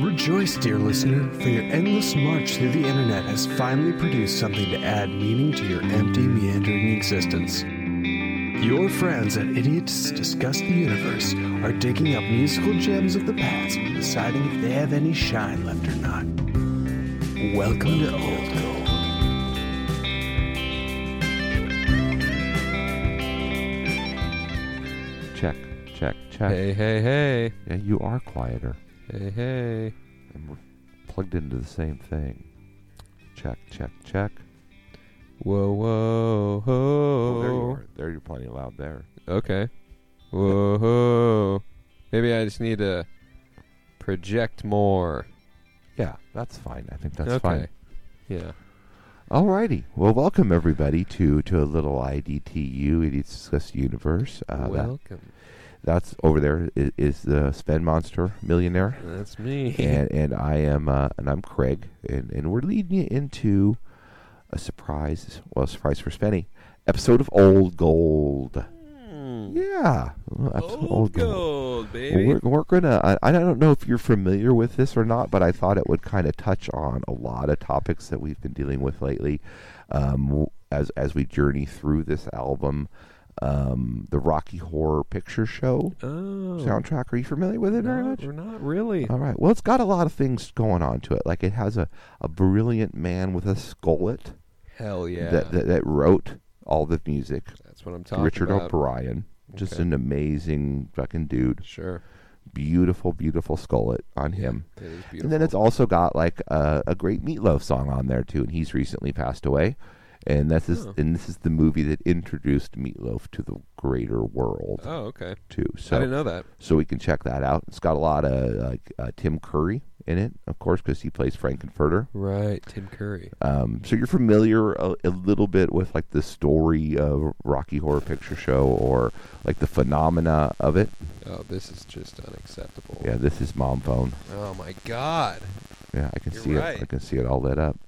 Rejoice, dear listener, for your endless march through the internet has finally produced something to add meaning to your empty, meandering existence. Your friends at Idiots Discuss the Universe are digging up musical gems of the past and deciding if they have any shine left or not. Welcome to Old Gold. Check, check, check. Hey, hey, hey. Yeah, you are quieter. Hey, hey. And we're plugged into the same thing. Check, check, check. Whoa, whoa, Oh, there you ho. are. There you're plenty loud there. okay. Whoa, ho. Maybe I just need to project more. Yeah, that's fine. I think that's okay. fine. Yeah. Alrighty. Well, welcome everybody to to a little IDTU, Idiots Discuss the Universe. Uh, that- Welcome. that's over there is, is the Sven Monster Millionaire. That's me. and and I am uh, and I'm Craig, and, and we're leading you into a surprise, well, a surprise for Spenny, episode of Old Gold. Mm. Yeah, well, episode of Old gold, Well, baby. we're, we're gonna. I, I don't know if you're familiar with this or not, but I thought it would kind of touch on a lot of topics that we've been dealing with lately, um, w- as as we journey through this album, um, the Rocky Horror Picture Show oh. soundtrack. Are you familiar with it very no, much? Uh, We're not really. All right. Well, it's got a lot of things going on to it. Like it has a, a brilliant man with a skullet Hell yeah. that, that that wrote all the music. That's what I'm talking Richard about. O'Brien, just Okay. an amazing fucking dude. Sure. Beautiful, beautiful skullet on him. It is beautiful. And then it's also got like a, a great Meatloaf song on there too, and he's recently passed away. And that's is Oh. and this is the movie that introduced Meatloaf to the greater world Oh, okay. too. So I didn't know that. so we can check that out. It's got a lot of like uh, Tim Curry in it, of course, because he plays Frankenfurter. Right. Tim Curry. Um, so you're familiar a, a little bit with like the story of Rocky Horror Picture Show or like the phenomena of it. Oh, this is just unacceptable. Yeah, this is mom phone. Oh my God. Yeah, I can You're see it. right. I can see it all lit up.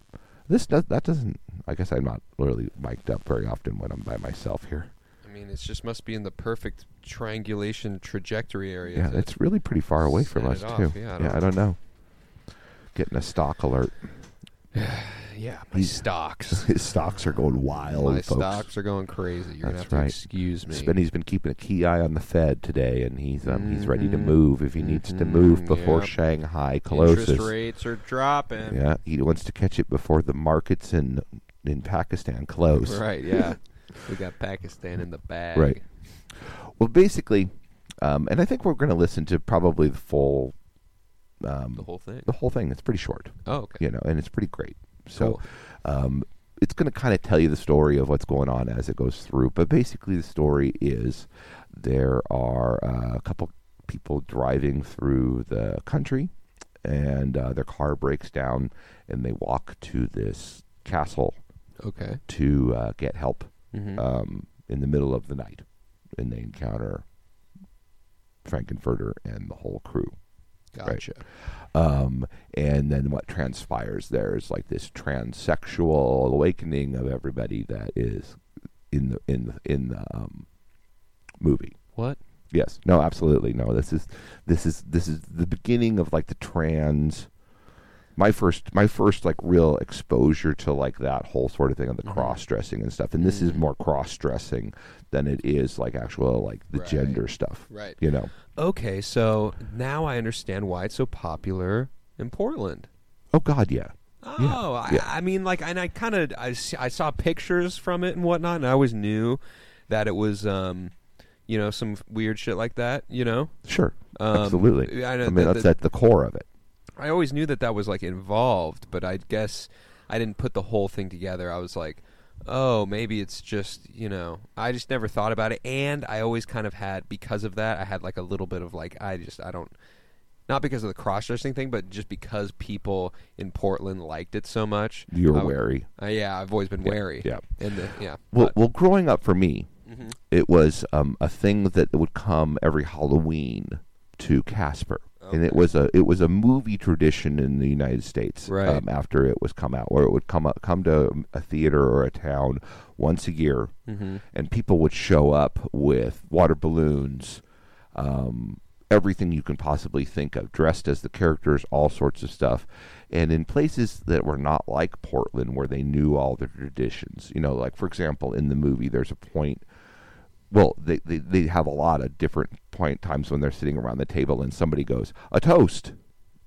This does that doesn't. I guess I'm not really mic'd up very often when I'm by myself here. I mean, it just must be in the perfect triangulation trajectory area. yeah, to- it's really pretty far away from Set us it off. too. Yeah, I yeah, don't- I don't know. Getting a stock alert. yeah. My he's- stocks. His stocks are going wild. my folks. stocks are going crazy. You're That's gonna have right. to excuse me. Spenny's been keeping a key eye on the Fed today, and he's um, he's ready to Mhm. move if he needs to Mhm. move before Yep. Shanghai closes. Interest rates are dropping. Yeah, he wants to catch it before the markets in in Pakistan close. Right. Yeah. we got Pakistan in the bag. Right. Well, basically, um, and I think we're going to listen to probably the full um, The whole thing. the whole thing. It's pretty short, Oh, okay. you know, and it's pretty great. So. Cool. um, it's going to kind of tell you the story of what's going on as it goes through. But basically, the story is there are uh, a couple people driving through the country, and uh, their car breaks down, and they walk to this castle Okay. to uh, get help Mm-hmm. um, in the middle of the night, and they encounter Frankenfurter and the whole crew. gotcha. Um, and then what transpires there is like this transsexual awakening of everybody that is in the in the, in the um, movie. What? Yes. No. Absolutely. No. This is this is this is the beginning of like the trans. My first, my first like real exposure to like that whole sort of thing of the Mhm. cross dressing and stuff, and this is Mm. more cross dressing than it is like actual like the Right. gender stuff, Right. you know? Okay. So now I understand why it's so popular in Portland. Oh God, yeah, Oh, Yeah, I, yeah. I mean, like, and I kind of I, s- I saw pictures from it and whatnot, and I always knew that it was, um, you know, some f- weird shit like that. You know, sure, um, absolutely. I, I know mean, that- that's that- at the core of it. I always knew that that was like involved, but I guess I didn't put the whole thing together. I was like, oh, maybe it's just you know, I just never thought about it, and I always kind of had because of that, I had like a little bit of like, I just I don't. Not because of the cross-dressing thing, but just because people in Portland liked it so much. You're I- wary. Uh, yeah, I've always been wary. yeah. And the, yeah. Well, but- well, growing up for me, Mhm. it was um, a thing that would come every Halloween to Casper, and it Oh, Okay. was a it was a movie tradition in the United States. Right. Um, after it was come out, where it would come up, come to a theater or a town once a year, and people would show up with water balloons, um, everything you can possibly think of, dressed as the characters, all sorts of stuff. And in places that were not like Portland, where they knew all the traditions, you know, like for example, in the movie, there's a point. Well, they, they, they have a lot of different point times when they're sitting around the table and somebody goes, a toast,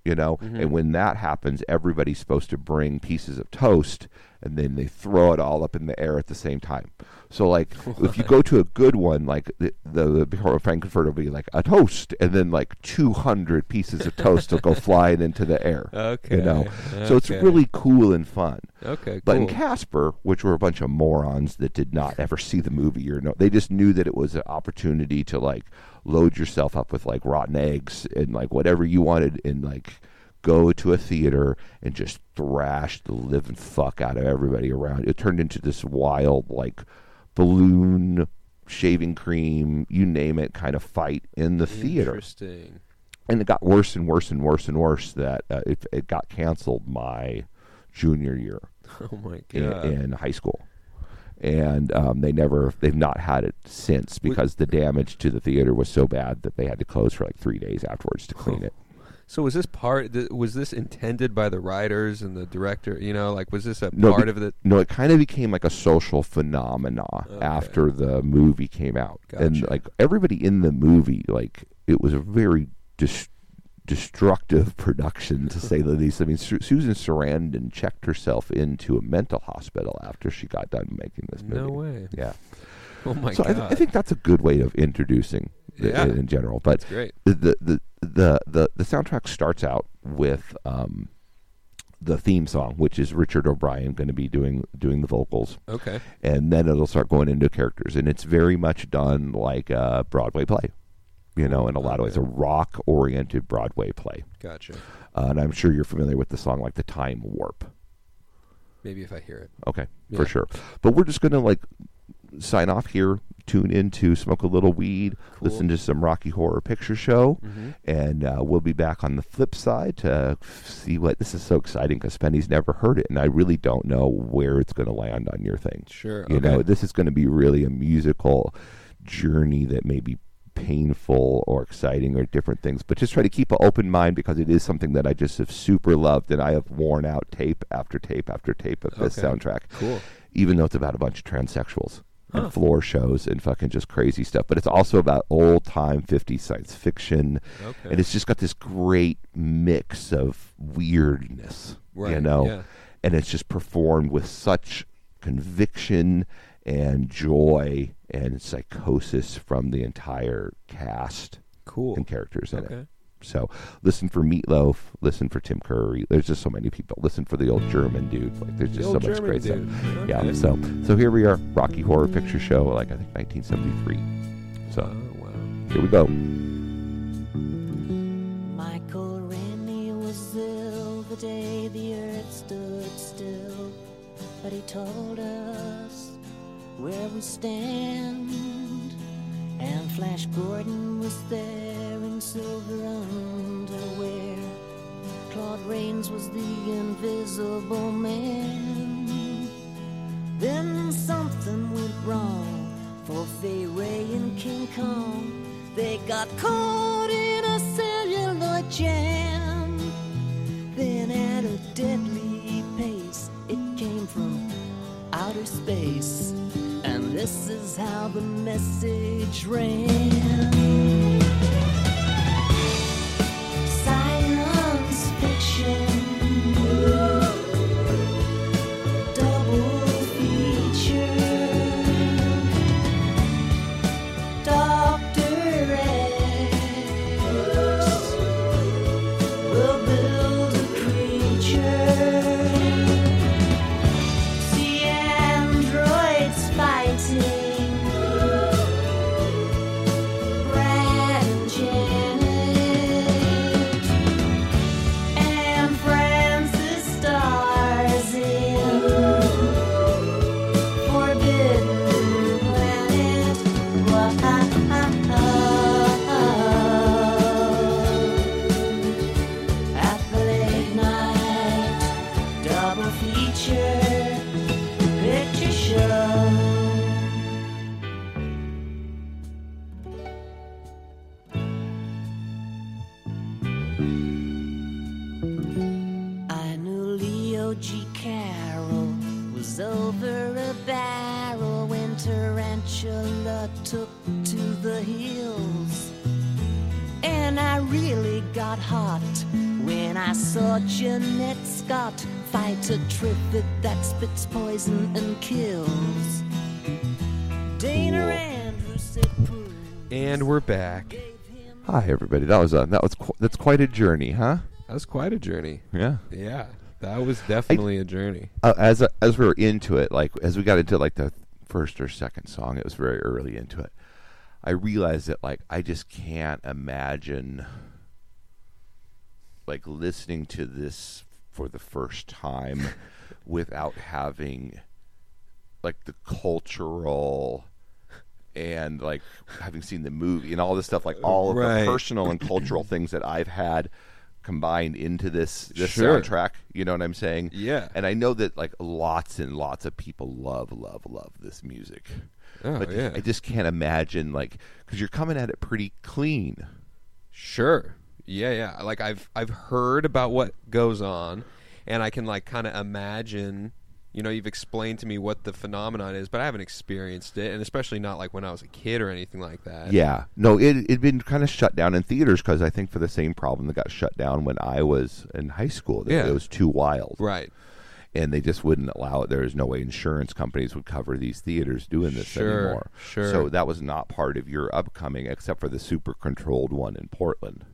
you know? Mm-hmm. And when that happens, everybody's supposed to bring pieces of toast and then they throw it all up in the air at the same time. So, like, if you go to a good one, like the, the, the before Frankfurt will be like a toast, and then like 200 pieces of toast will go flying into the air. Okay. You know? So it's okay. really cool and fun. Okay, But in cool. Casper, which were a bunch of morons that did not ever see the movie or no, they just knew that it was an opportunity to like load yourself up with like rotten eggs and like whatever you wanted and like go to a theater and just thrash the living fuck out of everybody around. It turned into this wild like balloon shaving cream, you name it, kind of fight in the theater Interesting. and it got worse and worse and worse and worse that uh, it, it got canceled my junior year Oh my god. in, in high school and um, they never they've not had it since because the damage to the theater was so bad that they had to close for like three days afterwards to clean it So was this part? Th- was this intended by the writers and the director? You know, like was this a No, part be- of the? no it kind of became like a social phenomena after the movie came out and Gotcha. like everybody in the movie like it was a very dis- destructive production to say the least i mean Su- susan sarandon checked herself into a mental hospital after she got done making this movie No way. yeah Oh my so I, god. th- I think that's a good way of introducing the, Yeah. in general but it's great. the the the the, the soundtrack starts out with um, the theme song, which is Richard O'Brien going to be doing doing the vocals, Okay. and then it'll start going into characters, and it's very much done like a Broadway play, you know, in a lot of ways, a rock oriented Broadway play, Gotcha. uh, and I'm sure you're familiar with the song like the Time Warp. Maybe if I hear it. Okay, Yeah. for sure. But we're just gonna like sign off here, tune into smoke a little weed, listen to some Rocky Horror Picture Show, Mm-hmm. and uh, we'll be back on the flip side to see what this is so exciting because Penny's never heard it, and I really don't know where it's gonna land on your thing. Sure. You know, okay. this is gonna be really a musical journey that may be painful or exciting or different things but just try to keep an open mind because it is something that i just have super loved and i have worn out tape after tape after tape of this Okay. soundtrack Cool. even though it's about a bunch of transsexuals Huh. and floor shows and fucking just crazy stuff. But it's also about old time 50s science fiction. Okay. And it's just got this great mix of weirdness, you Right, know? yeah. And it's just performed with such conviction and joy and psychosis from the entire cast cool. and characters in Okay. it. So listen for Meatloaf, listen for Tim Curry. There's just so many people. Listen for the old German dude. Like there's just so old much German great dude. stuff. Okay. Yeah. So so here we are, Rocky Horror Picture Show, like I think 1973. Oh So wow. here we go. Michael Rennie was ill the day the earth stood still, but he told us where we stand. And Flash Gordon was there in silver underwear. Claude Rains was the invisible man. Then something went wrong for Fay Ray and King Kong. They got caught in a celluloid jam. Then at a deadly pace, it came from outer space. And this is how the message ran. Science fiction. Double feature. Doctor X will build a creature. See androids fighting. emotion that took to the hills. And I really got hot when I saw Jeanette Scott fight a trivet that spits poison and kills. Dana Cool. Andrews said, "Prove." And we're back. Gave him Hi, everybody. That was a, that was qu- that's quite a journey, huh? That was quite a journey. Yeah. Yeah, that was definitely a journey. Uh, as as we were into it, like as we got into like the first or second song, it was very early into it. I realized that like I just can't imagine like listening to this for the first time without having like the cultural and like having seen the movie and all this stuff like all of Right. the personal and cultural things that I've had combined into this this Sure. soundtrack you know what i'm saying Yeah. and I know that like lots and lots of people love, love, love this music. Oh, but yeah. I just can't imagine like because you're coming at it pretty clean. Sure. Yeah, yeah. Like I've I've heard about what goes on and I can like kind of imagine, you know, you've explained to me what the phenomenon is, but I haven't experienced it and especially not like when I was a kid or anything like that. Yeah, no, it it'd been kind of shut down in theaters because I think for the same problem that got shut down when I was in high school. That Yeah. it was too wild, Right. and they just wouldn't allow it. There was no way insurance companies would cover these theaters doing this Sure, anymore. sure. So that was not part of your upcoming, except for the super controlled one in Portland.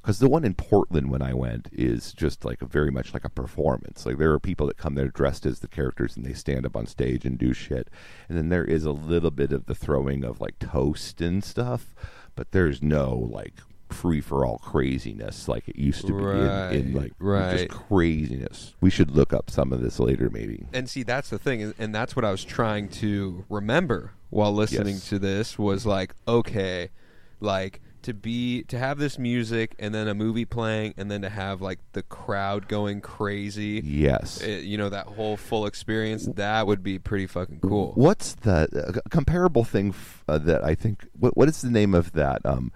Because the one in Portland when I went is just like a, very much like a performance. Like there are people that come there dressed as the characters and they stand up on stage and do shit. And then there is a little bit of the throwing of like toast and stuff, but there's no like free for all craziness like it used to be in, in Right, like right. just craziness. We should look up some of this later, maybe. And see, that's the thing, and- and that's what I was trying to remember while listening Yes. to this was like, okay, like to be to have this music and then a movie playing and then to have like the crowd going crazy. Yes. it- uh, you know that whole full experience that would be pretty fucking cool What's the uh, comparable thing f- uh, that I think? What, what is the name of that um,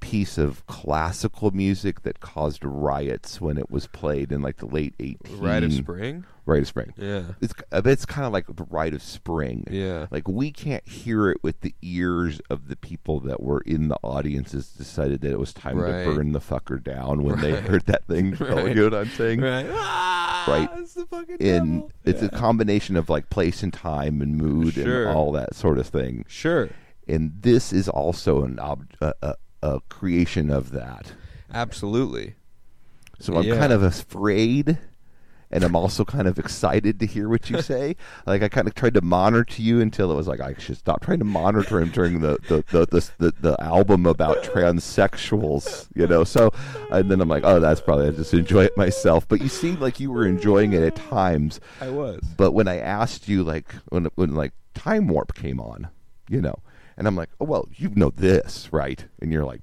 piece of classical music that caused riots when it was played in like the late 18? rite of spring Rite of spring. yeah It's I bet it's kind of like the rite of spring. Yeah. Like we can't hear it with the ears of the people that were in the audiences decided that it was time Right. to burn the fucker down when they heard that thing. go, You know what I'm saying? right Ah, Right. it's the fucking in devil. it's a combination of like place and time and mood Sure. and all that sort of thing sure and this is also an ob- a, a, a creation of that absolutely so i'm Yeah. kind of afraid and i'm also kind of excited to hear what you say like i kind of tried to monitor you until it was like i should stop trying to monitor him during the the, the, the, the, the album about transsexuals you know so and then i'm like oh that's probably i just enjoy it myself but you seemed like you were enjoying it at times i was but when I asked you, like when when like Time Warp came on, you know, and I'm like, oh well, you know this, right? And you're like,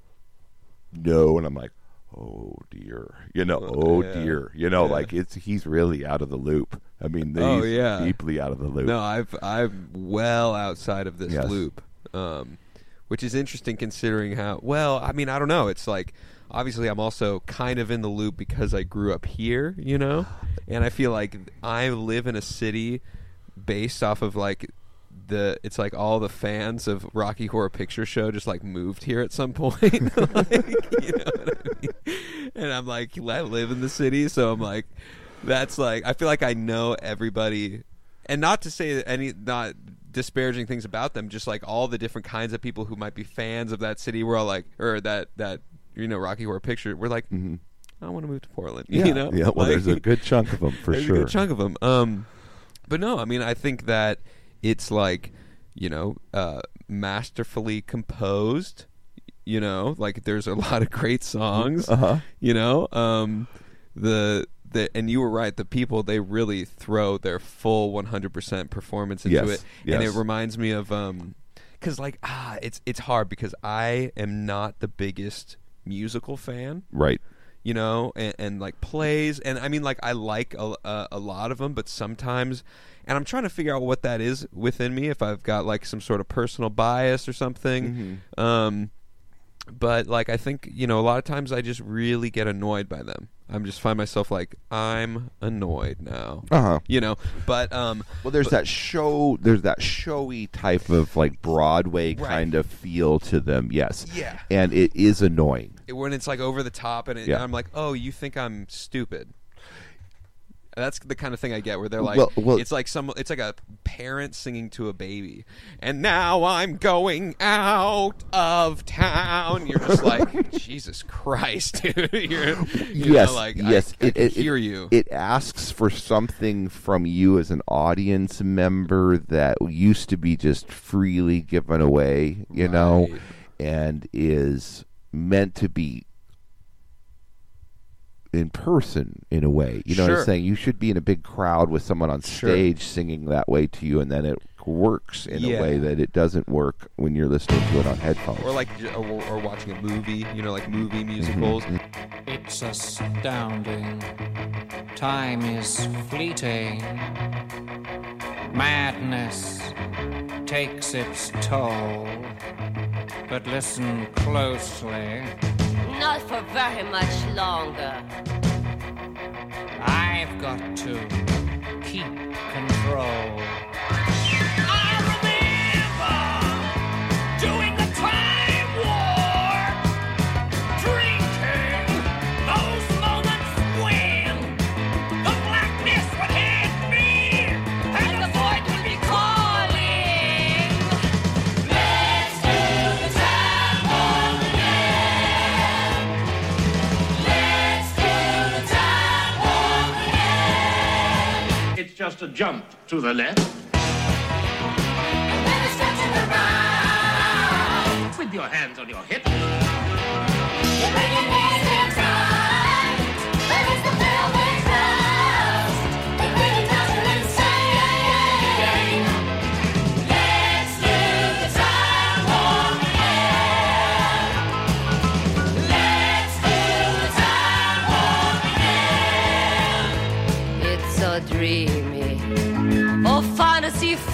no, and I'm like, oh dear, you know, oh yeah. dear, you know, Yeah. like it's he's really out of the loop. I mean, he's Oh, yeah. deeply out of the loop. no i've i'm well outside of this Yes. loop um which is interesting considering how well i mean i don't know it's like obviously i'm also kind of in the loop because i grew up here you know and i feel like i live in a city based off of like the it's like all the fans of Rocky Horror Picture Show just like moved here at some point. like, you know what I mean? And I'm like, I live in the city, so I'm like, that's like, I feel like I know everybody, and not to say any not disparaging things about them, just like all the different kinds of people who might be fans of that city. We're all like, or that that you know Rocky Horror Picture. We're like, I want to move to Portland. Mm-hmm. yeah, you know, yeah. Well, there's a Like- good chunk of them for there's sure. a good chunk of them. Um, but no, I mean, I think that it's like, you know, uh, masterfully composed. You know, like there's a lot of great songs. Uh-huh. You know, um, the the and you were right. The people they really throw their full 100 percent performance into Yes, it, and yes. it reminds me of um, because like ah, it's it's hard because I am not the biggest musical fan right. you know, and, and like plays. And I mean, like, I like a, a, a lot of them, but sometimes, and I'm trying to figure out what that is within me, if I've got like some sort of personal bias or something. Um, but like, I think, you know, a lot of times I just really get annoyed by them. I'm just find myself like I'm annoyed now. Uh huh. You know, but um, Well, there's that show. There's that showy type of like Broadway Right. kind of feel to them. Yes. Yeah. And it is annoying. it- when it's like over the top and, it, Yeah. and I'm like, oh, you think I'm stupid. That's the kind of thing I get where they're like, Well- well- it's like some, it's like a parent singing to a baby, and now I'm going out of town. You're just like, Jesus Christ, dude. You're, you yes. know, like, I- yes. I, can hear you. It asks for something from you as an audience member that used to be just freely given away, you know, Right. and is meant to be in person in a way. You know what Sure. I'm saying? You should be in a big crowd with someone on Sure. stage singing that way to you, and then it works in Yeah. a way that it doesn't work when you're listening to it on headphones. or like, j- or, or watching a movie, you know, like movie Mm-hmm, musicals. It's astounding. Time is fleeting. Madness takes its toll. But listen closely. Not for very much longer. I've got to keep control. It's just a jump to the left. With your hands on your hips. It's so dreamy. Oh, fantasy,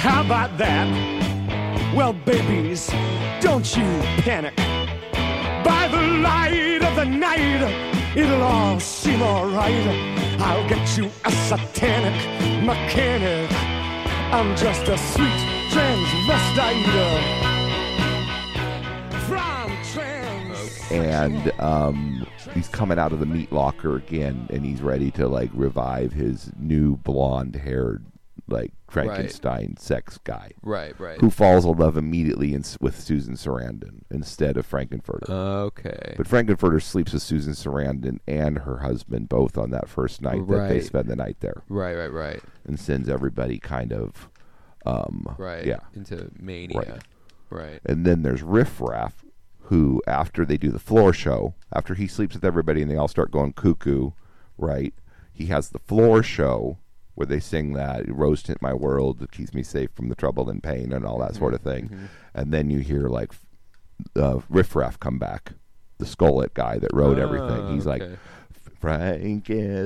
How about that? Well, babies, don't you panic. By the light of the night, it'll all seem alright. I'll get you a satanic mechanic. I'm just a sweet transvestite from trans. and um, he's coming out of the meat locker again, and he's ready to like revive his new blonde-haired like Frankenstein sex guy Right, right. who falls in love immediately in, s- with Susan Sarandon instead of Frankenfurter. Okay. but Frankenfurter sleeps with Susan Sarandon and her husband both on that first night that they Right. spend the night there, right, right, right, and sends everybody kind of um, right. yeah. Into mania. Right. And then there's Riff Raff, who, after they do the floor show, after he sleeps with everybody and they all start going cuckoo, right? He has the floor show where they sing that Rose Tint My World that keeps me safe from the trouble and pain and all that sort of thing. Mm-hmm. And then you hear like f- uh, Riff Raff come back, the Skullet guy that wrote everything. Ah, He's like, okay.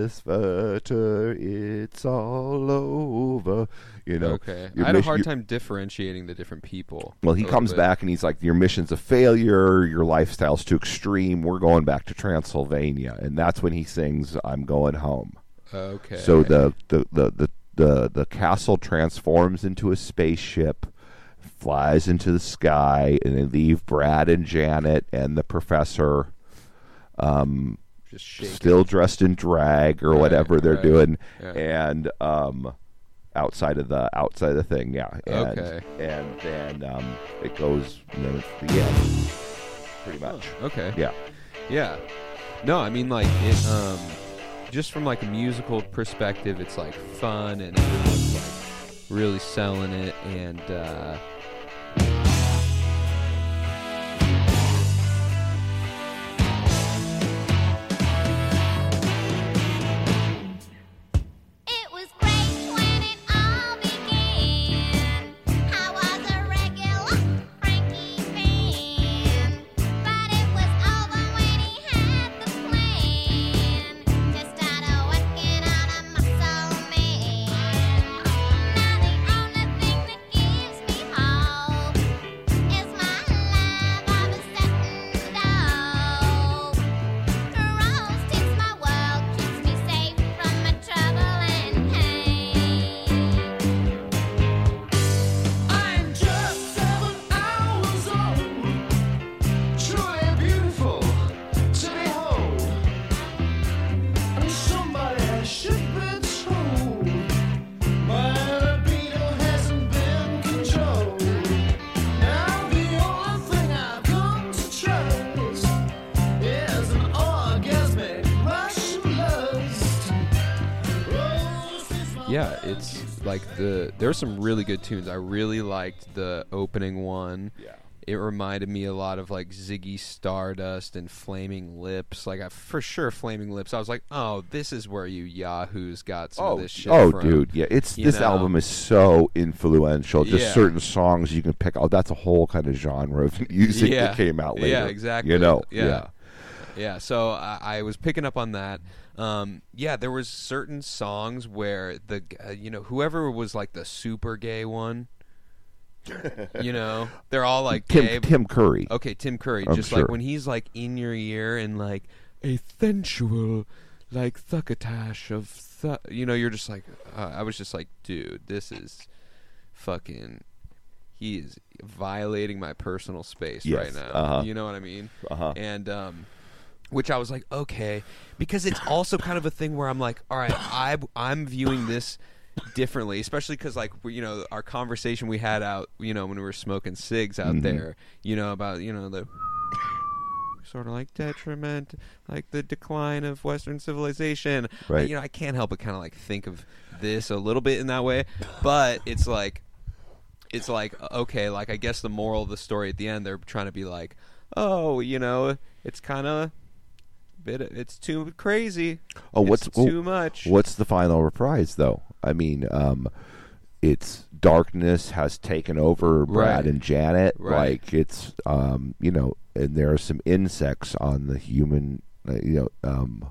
Frankenfurter, it's all over. You know, okay. your I had a mission- hard your- time differentiating the different people. well, he a little comes bit. back and he's like, "Your mission's a failure. Your lifestyle's too extreme. We're going back to Transylvania." And that's when he sings, "I'm going home." Okay. So the the, the the the the castle transforms into a spaceship, flies into the sky, and they leave Brad and Janet and the professor just shake. still dressed in drag or whatever they're right, doing, yeah. and um, outside of the outside of the thing, yeah. And, Okay. And then um, it goes, and then it's the end, pretty much. Okay. Yeah. Yeah. No, I mean like it um just from like a musical perspective it's like fun and everyone's like really selling it and uh It was great when it all began. I was a regular Frankie fan, but it was over when he had the plan to start working on a muscle man. Now the only thing that gives me hope is my love of a certain dope. Rose takes my world, keeps me safe from my trouble and pain. I'm just seven hours old, truly beautiful to behold. And somebody should be told my libido hasn't been controlled. Now the only thing I've come to trust is an orgasmic rush of lust. Oh, since my yeah, it's like the there's some really good tunes. I really liked the opening one. Yeah. It reminded me a lot of like Ziggy Stardust and Flaming Lips. Like I for sure Flaming Lips. I was like, "Oh, this is where you yahoos got some of this shit oh, from." dude, yeah. It's You this know? album is so influential. Just Yeah. certain songs you can pick. Oh, that's a whole kind of genre of music Yeah. that came out later. Yeah, exactly. You know, Yeah. Yeah, so I, I was picking up on that. Um, yeah, there was certain songs where the g- uh, you know whoever was like the super gay one, you know, they're all like Tim gay. Tim Curry. okay, Tim Curry, I'm just sure. like when he's like in your ear and like a sensual, like succotash of, su- you know, you're just like, uh, I was just like, dude, this is fucking he is violating my personal space Yes, right now. uh-huh. You know what I mean? Uh-huh. And um, which I was like, okay, because it's also kind of a thing where I'm like, all right, I I'm viewing this differently, especially because like we, you know our conversation we had out, you know, when we were smoking cigs Mm-hmm. out there, you know, about you know the sort of like detriment, like the decline of Western civilization. Right. You know, I can't help but kind of like think of this a little bit in that way, but it's like, it's like okay, like I guess the moral of the story at the end, they're trying to be like, oh, you know, it's kind of. Bit it's too crazy. Oh, It's what's too oh, much? What's the final reprise, though? I mean, um, it's darkness has taken over Brad Right. and Janet. Right. Like it's, um, you know, and there are some insects on the human, uh, you know, um,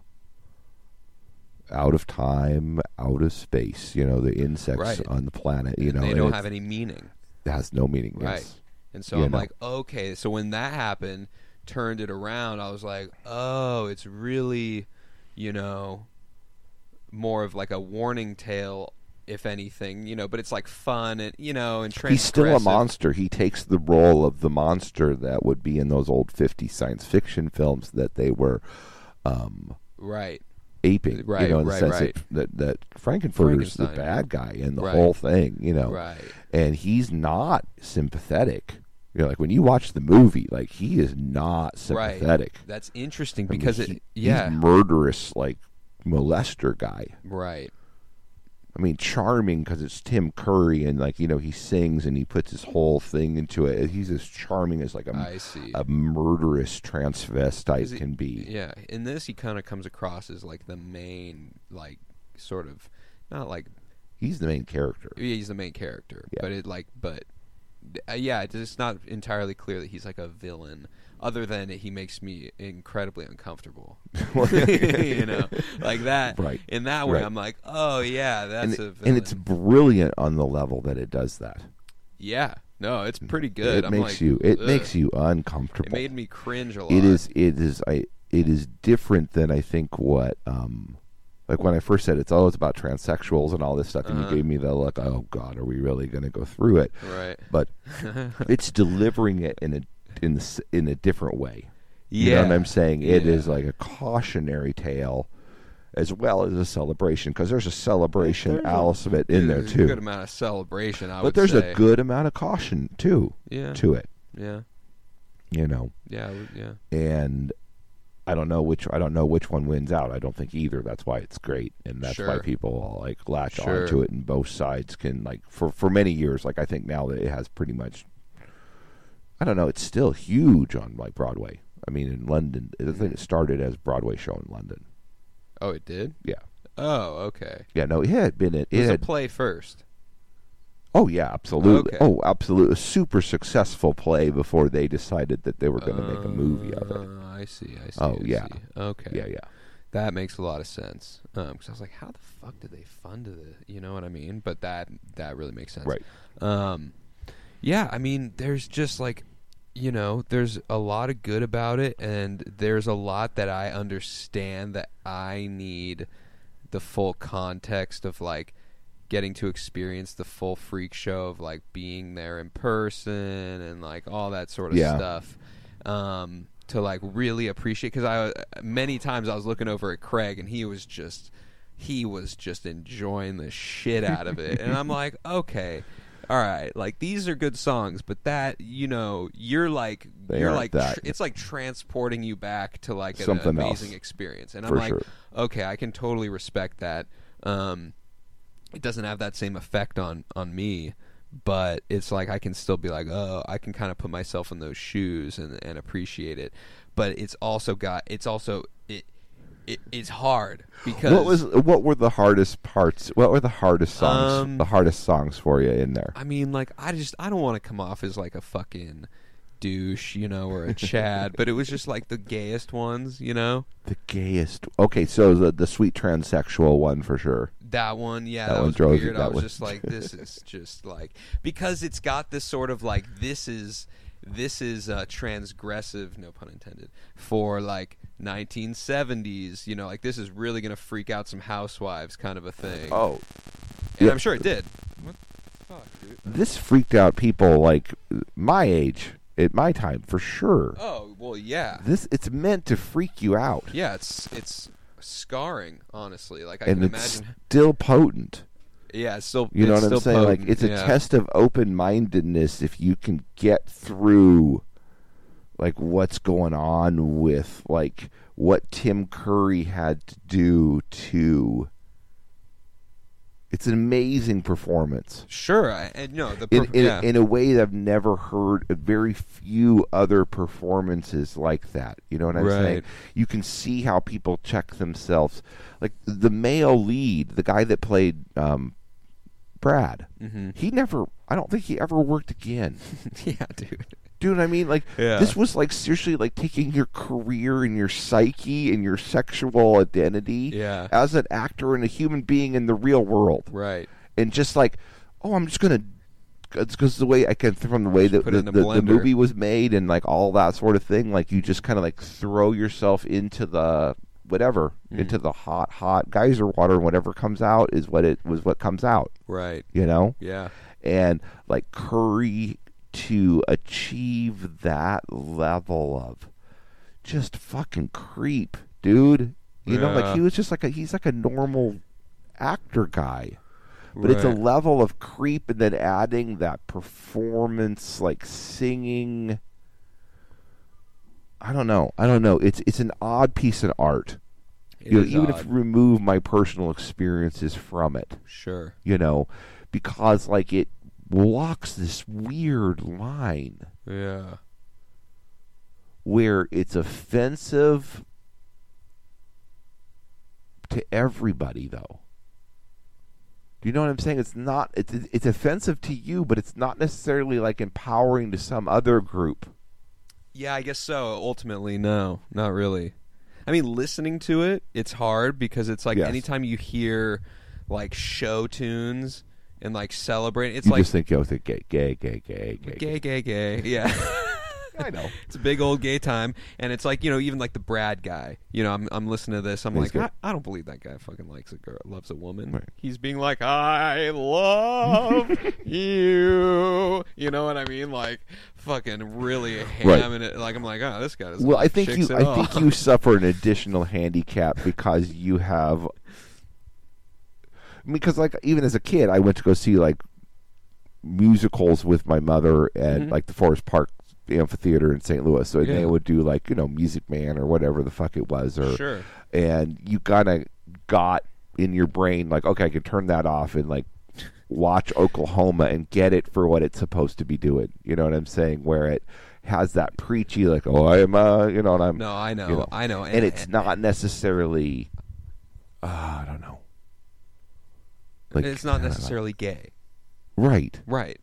out of time, out of space. You know, the insects Right. on the planet. You know, they and don't it's- have any meaning. It has no meaning. Right. Yes. And so You I'm know. like, okay. So when that happened, turned it around, I was like, oh, it's really, you know, more of like a warning tale, if anything, you know, but it's like fun and, you know, and He's still a transgressive. monster. He takes the role of the monster that would be in those old 50 science fiction films that they were um, Right. aping. Right, you know, in right, the sense right. that, that, that Frankenfurter's the Frankenstein. bad guy in the Right. whole thing, you know. Right. And he's not sympathetic. You know, like when you watch the movie, like he is not Right. sympathetic. That's interesting I mean, because he- it, yeah. he's murderous, like molester guy. right. I mean, charming because it's Tim Curry and like you know he sings and he puts his whole thing into it. He's as charming as like I a, see. a murderous transvestite 'Cause it- can be. Yeah, in this he kind of comes across as like the main, like sort of, not like He's the main character. yeah, he's the main character, Yeah. but it like, but uh, yeah, it's just not entirely clear that he's like a villain. Other than he makes me incredibly uncomfortable, you know, like that. Right. In that way, Right. I'm like, oh yeah, And, that's it- a villain. and it's brilliant on the level that it does that. yeah, no, it's pretty good. Mm. It I'm makes like, you. It ugh. makes you It uncomfortable. made me cringe a lot. it is. It is. I. It is different than I think what. um like when I first said it's oh it's about transsexuals and all this stuff, and you gave me the look, oh god, are we really going to go through it? Uh-huh. right. but it's delivering it in a in the, s- in a different way. You know Yeah. what I'm saying? It is Yeah. like a cautionary tale as well as a celebration because there's a celebration Alice of it in there There's A good too. amount of celebration. I would But there's say. a good amount of caution too Yeah. to it, Yeah. you know. Yeah. I would- Yeah. And I don't know which I don't know which one wins out. I don't think either. That's why it's great and that's why Sure. people like latch Sure. onto it and both sides can like for for many years like I think now that it has pretty much I don't know. It's still huge on like Broadway. I mean, in London, I think it started as a Broadway show in London. Oh, it did. Yeah, Oh, okay. yeah. No, it had been it. It was a had, play first. oh yeah, absolutely. Okay. Oh, absolutely. A super successful play before they decided that they were going to make a movie of it. Uh, I see. I see. Oh, I yeah. see. Okay. Yeah, yeah. That makes a lot of sense. Um, 'cause I was like, how the fuck did they fund the? You know what I mean? But that that really makes sense. Right. Um, yeah. I mean, there's just like, you know, there's a lot of good about it, and there's a lot that I understand that I need the full context of like getting to experience the full freak show of like being there in person and like all that sort of Yeah. stuff um, to like really appreciate because I many times I was looking over at Craig and he was just he was just enjoying the shit out of it and I'm like okay all right like these are good songs but that you know you're like They you're aren't like that. it's like transporting you back to like an Something else. amazing experience and For I'm like sure. okay I can totally respect that um, it doesn't have that same effect on on me but it's like i can still be like oh i can kind of put myself in those shoes and and appreciate it but it's also got it's also it, it it's hard because What was what were the hardest parts? What were the hardest songs? Um, the hardest songs for you in there? I mean, like, I just I don't want to come off as like a fucking douche, you know, or a Chad, but it was just like the gayest ones, you know. the gayest. Okay, so the the sweet transsexual one for sure. That one, yeah, That that, one was drove you- weird. I that was one- just like, this is just like because it's got this sort of like this is this is uh, transgressive, no pun intended, for like 1970s. You know, like this is really gonna freak out some housewives, kind of a thing. Oh, and yeah. I'm sure it did. this freaked out people like my age at my time for sure. Oh well, yeah, This it's meant to freak you out, yeah. It's it's scarring, honestly. Like I and can it's imagine. still potent. Yeah, it's still. You know it's what I'm still saying? Like potent, it's a yeah. test of open mindedness if you can get through like what's going on with like what Tim Curry had to do to it's an amazing performance. Sure, I, and no, the In, per- in, yeah. in a way that I've never heard very few other performances like that. You know what I'm saying? Right. You can see how people check themselves. Like the male lead, the guy that played um, Brad. Mm-hmm. He never. I don't think he ever worked again. yeah, dude. Do you know what I mean? Like Yeah. this was like seriously like taking your career and your psyche and your sexual identity Yeah. as an actor and a human being in the real world, Right. and just like, oh, I'm just gonna. It's because the way I can from the way that put the, it in a the, the blender. movie was made and like all that sort of thing, like you just kind of like throw yourself into the whatever, Mm. into the hot, hot geyser water, and whatever comes out is what it was what comes out, Right. you know? Yeah. and like Curry to achieve that level of just fucking creep, dude. You know, Yeah. like he was just like a he's like a normal actor guy. But it's a Right. level of creep and then adding that performance like singing I don't know. I don't know. It's it's an odd piece of art. It you know, is even if odd. you remove my personal experiences from it Sure. you know, because like it walks this weird line Yeah. where it's offensive to everybody though. Do you know what I'm saying? It's not it's it's offensive to you, but it's not necessarily like empowering to some other group. Yeah, I guess so. Ultimately, no, not really. I mean, listening to it, it's hard because it's like Yes. anytime you hear like show tunes and like celebrate, it's You like just think, oh, it's a gay, gay, gay, gay, gay, gay, gay, gay. Yeah. I know. It's a big old gay time, and it's like you know, even like the Brad guy. You know, I'm I'm listening to this. I'm He's like, I, good. I don't believe that guy fucking likes a girl, loves a woman. Right. He's being like, I love you. You know what I mean? Like, fucking really hamming it. Like, I'm like, oh, this guy doesn't. Well, I like think chicks you, at I all. think you suffer an additional handicap because you have. Because like even as a kid, I went to go see like musicals with my mother at like the Forest Park Amphitheater in St. Louis. So Mm-hmm. Yeah. they would do like you know Music Man or whatever the fuck it was, or Sure. and you kind of got in your brain like, okay, I can turn that off and like watch Oklahoma and get it for what it's supposed to be doing. You know what I'm saying? Where it has that preachy like, oh, I'm uh, you know, and I'm No, I know, you know. I know, and, it's not necessarily, uh, I don't know, like it's not kinda like- necessarily gay, right. right?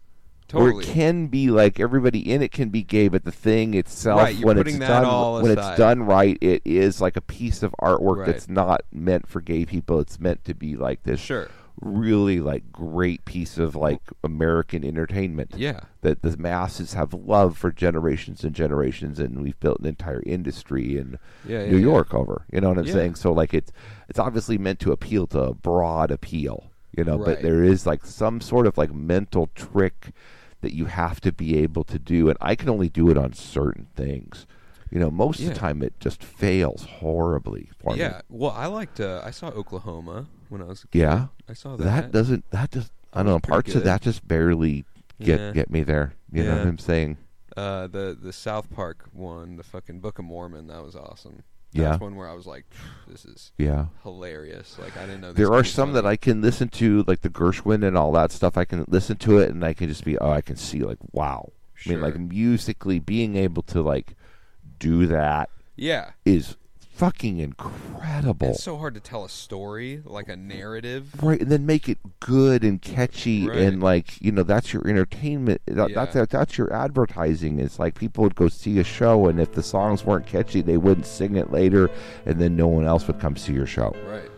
Or Totally. it can be like everybody in it can be gay, but the thing itself, Right, you're when putting it's that done, all when aside. it's done right, it is like a piece of artwork Right. that's not meant for gay people. It's meant to be like this, Sure. really like great piece of like American entertainment. Yeah. that the masses have loved for generations and generations, and we've built an entire industry in Yeah, yeah, New yeah. York over. You know what I'm Yeah. saying? So like it's it's obviously meant to appeal to a broad appeal. You know know, Right. but there is like some sort of like mental trick that you have to be able to do and I can only do it on certain things. You know, most of Yeah. the time it just fails horribly for me. Yeah. Well, I liked. Uh, I saw Oklahoma when I was. a kid. Yeah. I saw That, that. doesn't that just I don't know, pretty parts of good. that just barely get Yeah. get me there. You know Yeah. what I'm saying? Uh, the the South Park one, the fucking Book of Mormon, that was awesome. Yeah. That's one where I was like, this is Yeah. hilarious. Like I didn't know. There are some that I can listen to, like the Gershwin and all that stuff. I can listen to it and I can just be, oh, I can see, like, wow. I mean, like, Sure. musically, being able to, like, do that Yeah. is fucking incredible. It's so hard to tell a story, like a narrative. right, and then make it good and catchy Right. and like you know that's your entertainment. That, Yeah. That's that's your advertising. It's like people would go see a show, and if the songs weren't catchy, they wouldn't sing it later, and then no one else would come see your show. Right.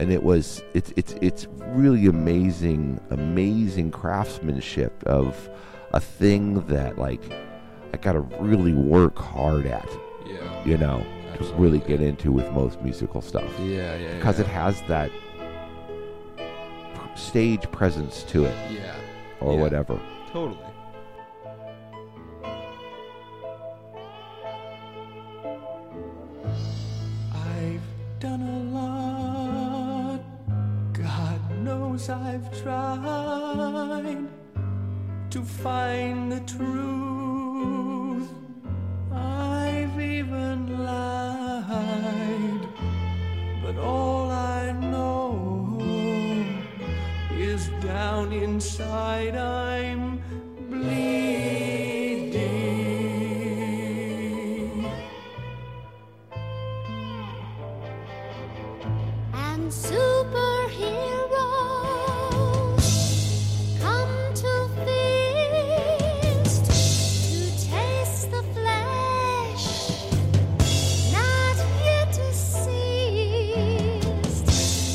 And it was it's it's it's really amazing, amazing craftsmanship of a thing that like I got to really work hard at, Yeah. you know, to really Absolutely. get into with most musical stuff Yeah. Yeah. because yeah. it has that p- stage presence to it. Yeah. or Yeah. whatever. Totally. I've done a lot. God knows I've tried to find the truth. I've even lied. But all I know is down inside I'm bleeding. and superheroes come to feast to taste the flesh not yet deceased.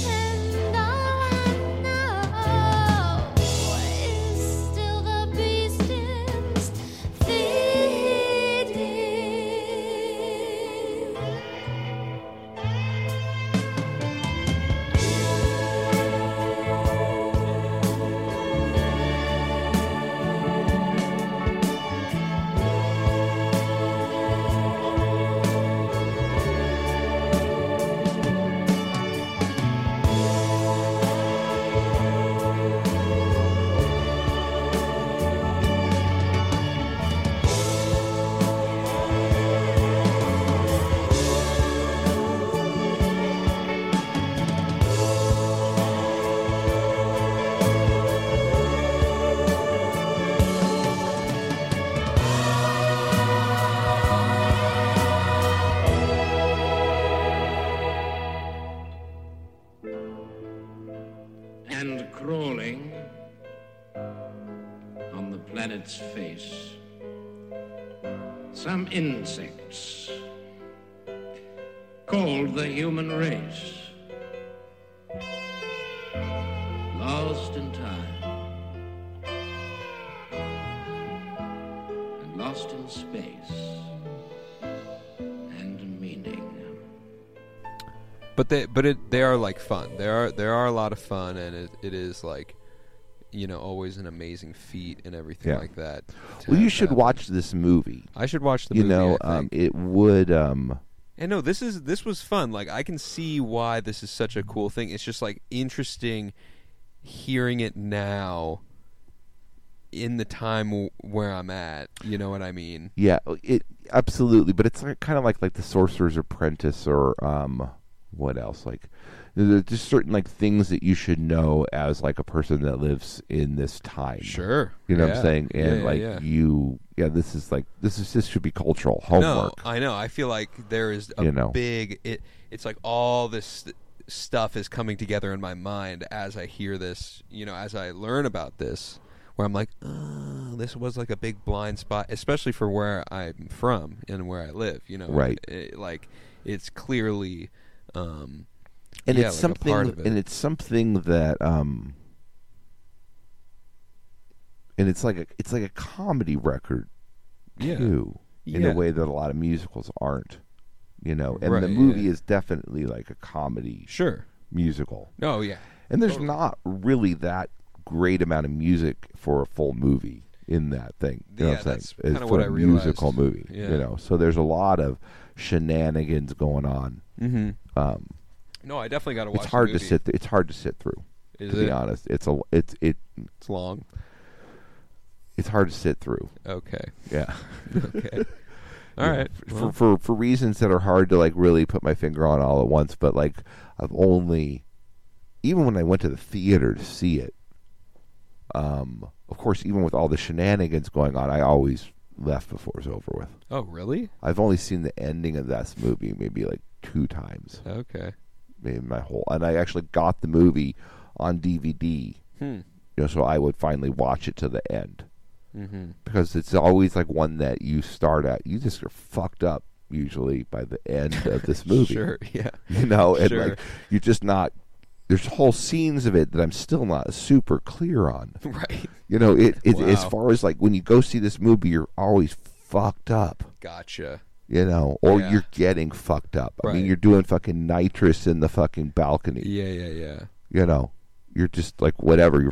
And all I know is still the beast is feeding. and crawling on the planet's face. Some insects called the human race, lost in time and lost in space and meaning. but they but it they are like fun. There are there are a lot of fun, and it, it is like, you know, always an amazing feat and everything Yeah. like that. to Well, you have should that. watch this movie. I should watch the you movie, know, I um, it would. Um, And no, this is this was fun. Like I can see why this is such a cool thing. It's just like interesting hearing it now in the time w- where I'm at. You know what I mean? yeah, oh, it absolutely. But it's like, kind of like like the Sorcerer's Apprentice or um, what else? Like, there's just certain like things that you should know as like a person that lives in this time. Sure. you know what Yeah. I'm saying. And Yeah, like yeah. you, yeah, this is like this is this should be cultural homework. No, I know. I feel like there is a You know. big it it's like all this st- stuff is coming together in my mind as I hear this, you know, as I learn about this where I'm like, "Oh, this was like a big blind spot, especially for where I'm from and where I live, you know." Right. It- like it's clearly um and it's yeah, like a something part of it. and it's something that um and it's like a it's like a comedy record Yeah. too in Yeah. a way that a lot of musicals aren't you know and the Right, movie yeah. is definitely like a comedy sure musical Oh, yeah. and there's not really that great amount of music for a full movie in that thing you know what Yeah, I'm saying? that's It's kinda for what a I musical realized. movie Yeah. you know so there's a lot of shenanigans going on Mhm. um No, I definitely got to watch it's the hard to movie. sit. Th- it's hard to sit through. Is to it? be honest, it's a it's it. It's long. It's hard to sit through. Okay. Yeah. Okay. All Yeah, right. f- For, Well. for for reasons that are hard to like really put my finger on all at once, but like I've only, even when I went to the theater to see it, um, of course, even with all the shenanigans going on, I always left before it was over with. Oh, really? I've only seen the ending of this movie maybe like two times. Okay. Maybe my whole and I actually got the movie on DVD. Hmm. You know, so I would finally watch it to the end Mhm. because it's always like one that you start at. You just are fucked up usually by the end of this movie. Sure, yeah. You know, and Sure. like you're just not. There's whole scenes of it that I'm still not super clear on. Right. You know, it, it as Wow. far as like when you go see this movie, you're always fucked up Gotcha. you know, or Yeah. you're getting fucked up. I mean, Right. you're doing fucking nitrous in the fucking balcony. Yeah, yeah, yeah. You know, you're just like whatever. You're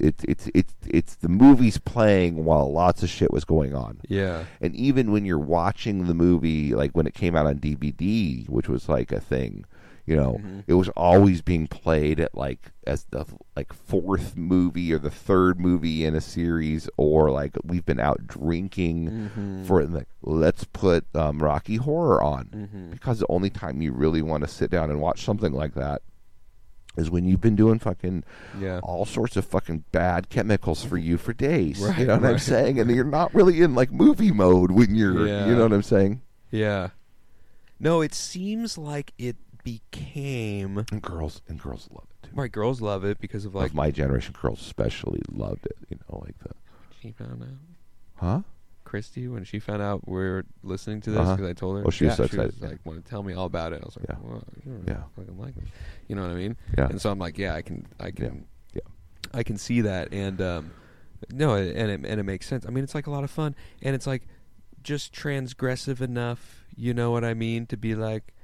it's it's it's it's the movies playing while lots of shit was going on. Yeah. And even when you're watching the movie, like when it came out on DVD, which was like a thing, you know, it was always being played at like as the like fourth movie or the third movie in a series, or like we've been out drinking Mhm. for it. and, Like, let's put um, Rocky Horror on because the only time you really want to sit down and watch something like that is when you've been doing fucking Yeah. all sorts of fucking bad chemicals for you for days. you Right, know what I'm right. saying? And you're not really in like movie mode when you're, Yeah. you know what I'm saying? Yeah. No, it seems like it became And girls and girls love it. my girls love it because of like Of my generation, girls especially loved it. You know, like the she found out huh? Christy when she found out we are listening to this Uh-huh. because I told her. Oh, she was so was, excited. like, want to tell me all about it. I was like, Yeah. well, you don't Yeah. fucking like it. You know what I mean? Yeah. And so I'm like, yeah, I can, I Yeah, can, yeah. I can see that, and um, no, and it, and it makes sense. I mean, it's like a lot of fun, and it's like just transgressive enough. You know what I mean? To be like,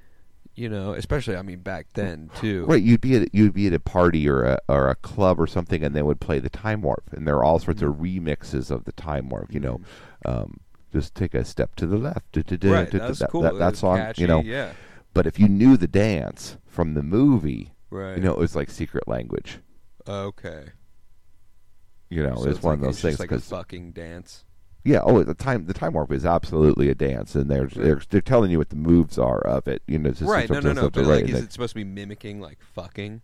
you know, especially I mean back then too. Right, you'd be at you'd be at a party or a or a club or something, and they would play the Time Warp, and there are all sorts of Mm-hmm. remixes of the Time Warp. You know, um, just take a step to the left. duh, duh, duh, Right, duh, duh, that's that- cool. That, It that was song, catchy, you know. yeah. But if you knew the dance from the movie, Right. you know, it was like secret language. Okay. You know, So it's, it's one like- of those it's things just like a 'cause- fucking dance. yeah, oh, the time the time warp is absolutely a dance, and they're they're, they're telling you what the moves are of it. You know, it's just right? it's No, no, just no. up to But right, like, and is they- it supposed to be mimicking like fucking?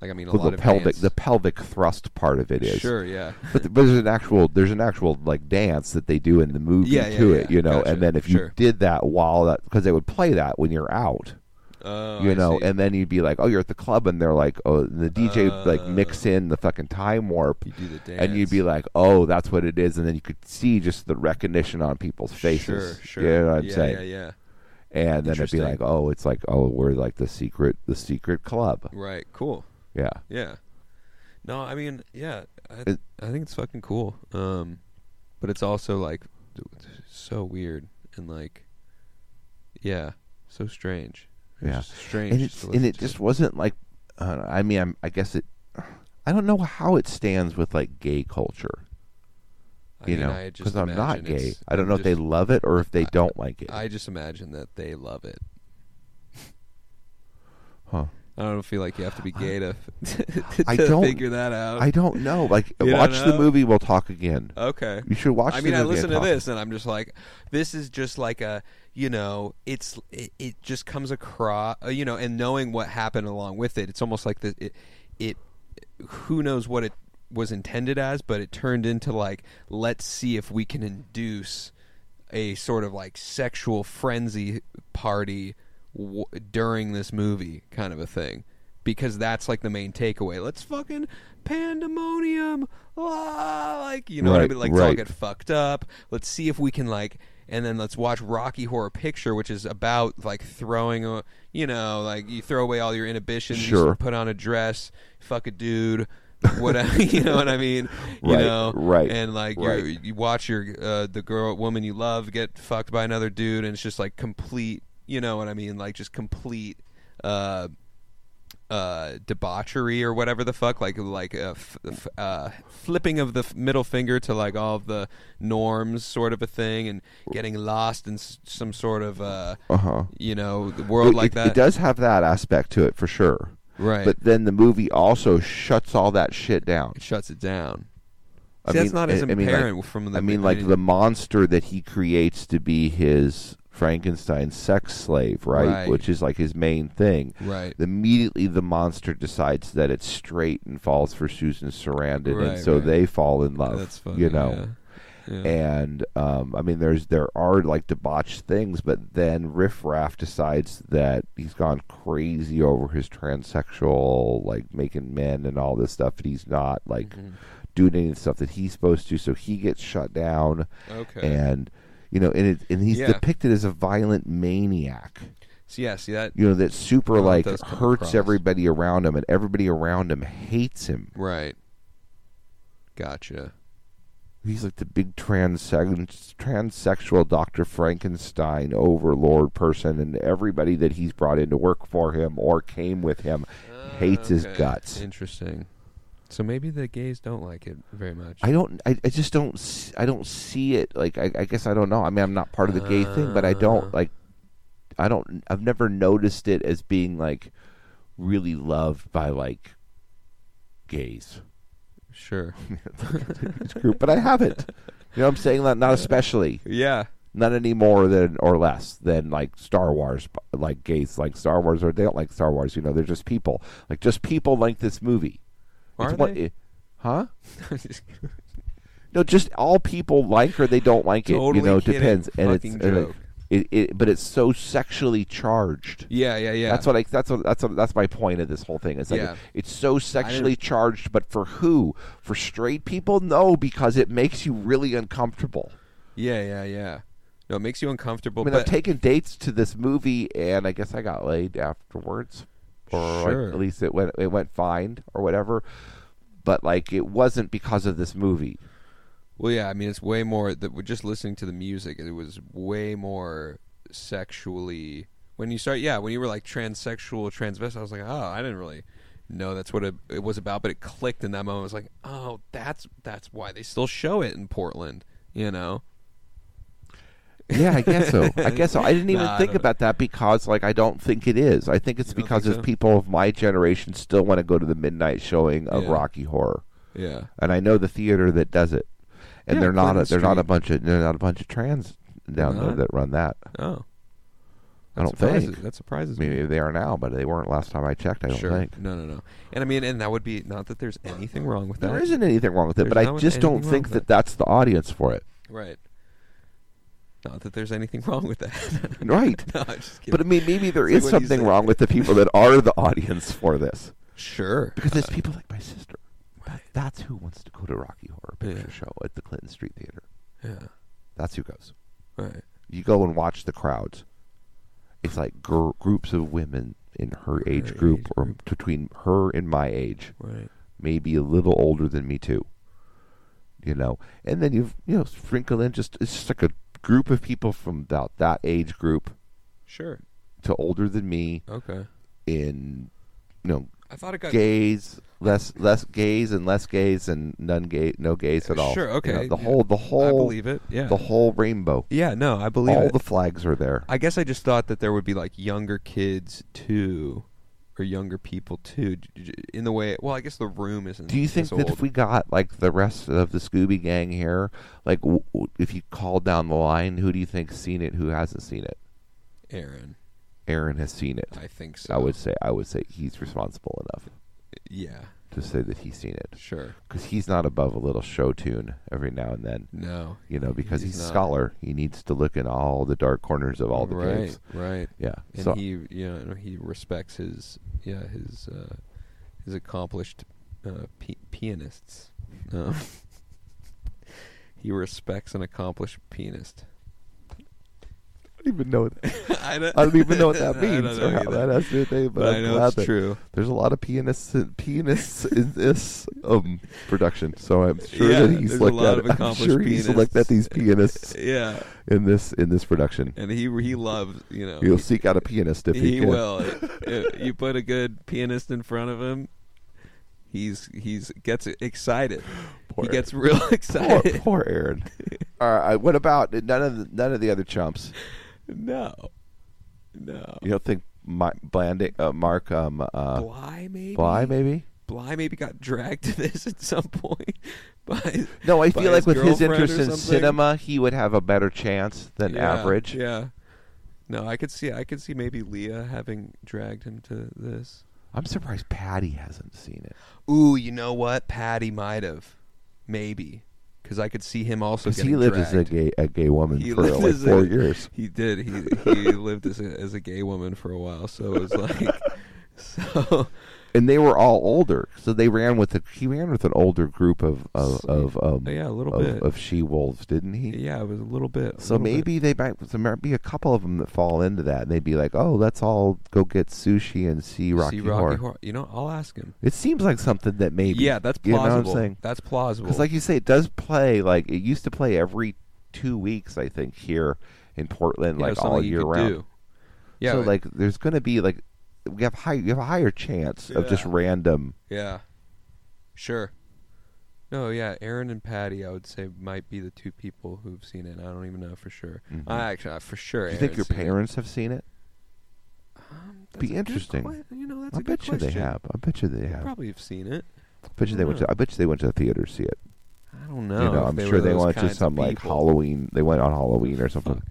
Like, I mean, a Well, lot the of pelvic dance- the pelvic thrust part of it is Sure, yeah. but, th- but there's an actual there's an actual like dance that they do in the movie Yeah, yeah, to yeah. it you know Gotcha. and then if you Sure. did that while that because they would play that when you're out Oh, you I know see. and then you'd be like oh you're at the club and they're like oh and the dj would like mix in the fucking time warp Oh. You do the and you'd be like oh that's what it is and then you could see just the recognition on people's faces Sure, sure. you know what i'm yeah, saying Yeah, yeah. and then it'd be Interesting. like oh it's like oh we're like the secret the secret club Right. Cool. yeah Yeah. No, I mean, yeah. I, It- I think it's fucking cool. Um, but it's also like so weird and like, yeah, so strange. It's Yeah, just strange. and, to it's, and listen it to. just wasn't like. Uh, I mean, I'm, I guess it. I don't know how it stands with like gay culture. I You mean, know, I just I'm not imagine gay. it's- I don't know if they just- love it or if they don't like it. I just imagine that they love it. Huh. I don't feel like you have to be gay to, to I don't figure that out. I don't know. Like, Uh, You don't watch the know? Uh, movie. We'll talk again. Okay. You should watch. I the mean, I movie and listen to talk. this, and I'm just like, this is just like a, you know, it's it, it just comes across, uh, you know, and knowing what happened along with it, it's almost like the it, it, who knows what it was intended as, but it turned into like, let's see if we can induce a sort of like sexual frenzy party w- during this movie, kind of a thing. Because that's like the main takeaway. Let's fucking pandemonium, ah, like you know what I Right, mean. Like it's all right. get fucked up. Let's see if we can like, and then let's watch Rocky Horror Picture, which is about like throwing a, you know, like you throw away all your inhibitions, you Sure. put on a dress, fuck a dude, whatever. you know what I mean? You Right, know, right, And like right. you you watch your uh, the girl woman you love get fucked by another dude, and it's just like complete. You know what I mean? Like just complete. Uh, uh, debauchery or whatever the fuck, like like uh, f- f- uh, flipping of the f- middle finger to like all of the norms, sort of a thing, and getting lost in s- some sort of uh, Uh-huh. you know the world It- like it, that. It does have that aspect to it for sure. Right. But then the movie also shuts all that shit down. It shuts it down. I See, that's mean, not as I- I mean, like- apparent from the. I mean, like the monster that he creates to be his Frankenstein sex slave, right? Right. Which is like his main thing. Right. Immediately, the monster decides that it's straight and falls for Susan Sarandon, Right, and so right. they fall in love. That's funny, You know. yeah. Yeah. And um, I mean, there's there are like debauched things, but then Riff Raff decides that he's gone crazy over his transsexual, like making men and all this stuff, and he's not like Mm-hmm. doing any of the stuff that he's supposed to, so he gets shut down. Okay. And you know, and it, and he's Yeah. depicted as a violent maniac. So, yeah, see that You know, that super Well, Oh, it like does come hurts across. everybody around him, and everybody around him hates him. right. Gotcha. He's like the big trans transsexual Dr. Frankenstein overlord person, and everybody that he's brought in to work for him or came with him hates his Okay. guts. Interesting. So maybe the gays don't like it very much. I don't. I, I just don't. s- I don't see it. Like I, I guess I don't know. I mean, I'm not part of the gay thing, but I don't like. I don't. I've never noticed it as being like really loved by like gays. Sure. group, but I haven't. You know, what I'm saying that not especially. Yeah. Not any more than or less than like Star Wars, like gays like Star Wars, or they don't like Star Wars. You know, they're just people. Like just people like this movie. Are one- they? it- huh? No, just all people like or they don't like it. Totally you know, it kidding. depends. And it's, Fucking and it- joke. it, it, but it's so sexually charged. Yeah, yeah, yeah. That's what I. That's what. That's what, that's my point of this whole thing. It's like Yeah. it's so sexually charged, but for who? For straight people? No, because it makes you really uncomfortable. yeah, yeah, yeah. No, it makes you I uncomfortable. mean, but I've taken dates to this movie, and I guess I got laid afterwards, or like, Sure. at least it went it went fine or whatever. But like, it wasn't because of this movie. Well, yeah, I mean, it's way more that we're just listening to the music. It was way more sexually when you start. Yeah, when you were like transsexual, transvestite, I was like, oh, I didn't really know that's what it, it was about, but it clicked in that moment. I was like, oh, that's that's why they still show it in Portland. You know? Yeah, I guess so. I guess so. I didn't even Nah, I think don't- about that because, like, I don't think it is. I think it's because think it's so? people of my generation still want to go to the midnight showing of Yeah. Rocky Horror. Yeah. and I know the theater that does it, and Yeah, they're not a, Clinton they're not a Street. bunch of they're not a bunch of trans down there Not? that run that. Oh, I don't surprises- think that surprises me. Maybe they are now, but they weren't last time I checked. I don't sure. think. No, no, no. And I mean, and that would be not that there's anything wrong with that. There isn't anything wrong with it, There's but I not just don't anything wrong think with that that's the audience for it. Right. Not that there's anything wrong with that. Right. no, I'm just kidding. But I mean, maybe there It's is like when you something say- wrong with the people that are the audience for this. Sure. Because there's people like my sister. That, that's who wants to go to Rocky Horror Picture Show at the Clinton Street Theater. Yeah. That's who goes. Right. You go and watch the crowds. It's like gr- groups of women in her age group or between her and my age. Right. Maybe a little older than me too. You know, and then you you know sprinkle in just it's just like a group of people from about that age group Sure. to older than me Okay. in you know I thought it got- gays less less gays and less gays and none gay no gays at all Sure, You know, okay, the yeah. whole the I whole believe it, yeah. the whole rainbow Yeah, no, I believe all it. the flags are there I guess I just thought that there would be like younger kids too, or younger people too, j- j- in the way. Well, I guess the room isn't. do you think this that old. if we got like the rest of the Scooby Gang here like w- w- if you called down the line who do you think's seen it who hasn't seen it Aaron? Aaron has seen it I think I so. would say I would say he's responsible enough Yeah. to say that he's seen it Sure. because he's not above a little show tune every now and then. No, you know, because he's, he's a not. scholar, he needs to look in all the dark corners of all the right. caves. Right. Yeah. And so he, you know, he respects his, yeah, his, uh, his accomplished uh, pi- pianists. Um, he respects an accomplished pianist. I don't even know. That. I don't, I don't even know what that I don't means know or how either. that has to do with anything, but, But I I'm know glad it's that true. There's a lot of pianists, in- pianists in this um, production, so I'm sure Yeah, that he's there's a looked at. lot of I'm sure accomplished he's looked at these pianists. Yeah. In this in this production, And he he loves you know he'll he- seek out a pianist if he, he can. will. If you put a good pianist in front of him, he's he's gets excited. Poor he gets Aaron. real Poor, excited. poor Aaron. All right, what about none of the, none of the other chumps? No, no. You don't think my, Blanding, uh, Mark um, uh, Bly maybe. Bly maybe? Bly maybe got dragged to this at some point. By No, I by feel like with his girlfriend interest or in something. cinema, he would have a better chance than Yeah, average. Yeah. No, I could see I could see maybe Leah having dragged him to this. I'm surprised Patty hasn't seen it. Ooh, you know what? Patty might have, maybe, because I could see him also. Because Getting he lived as a dragged. gay, a gay woman He for lived like as four a- years. He did. He he lived as a, as a gay woman for a while, so it was like, so And they were all older, so they ran with a, he ran with an older group of of, of um, Yeah, a little of, bit. of she wolves, didn't he? yeah, it was a little bit. a So little bit. maybe they might so there might be a couple of them that fall into that, and they'd be like, "Oh, let's all go get sushi and see Rocky, see Rocky Horror." Horror. You know, I'll ask him. It seems like something that maybe Yeah, that's you know plausible. what I'm saying? That's plausible. Because, like you say, it does play like it used to play every two weeks, I think, here in Portland, Yeah, like something all you year could round. do. Yeah, so but- like there's going to be like we have high, you have a higher chance of just Yeah. random yeah, Sure. No, yeah, Aaron and Patty, I would say, might be the two people who've seen it. I don't even know for sure. Mhm. I actually, I- for sure. Do you think your Aaron's seen it. parents have seen it? That's a Be good interesting. que- you know, that's I a good bet you they question. have. I bet you they have. Probably have seen it. I bet you they went. Yeah. To, I bet you they went to the theater to see it. I don't You know. know, Oh, if I'm they sure were they those went to kinds of some like people. Halloween. They went on Halloween or something,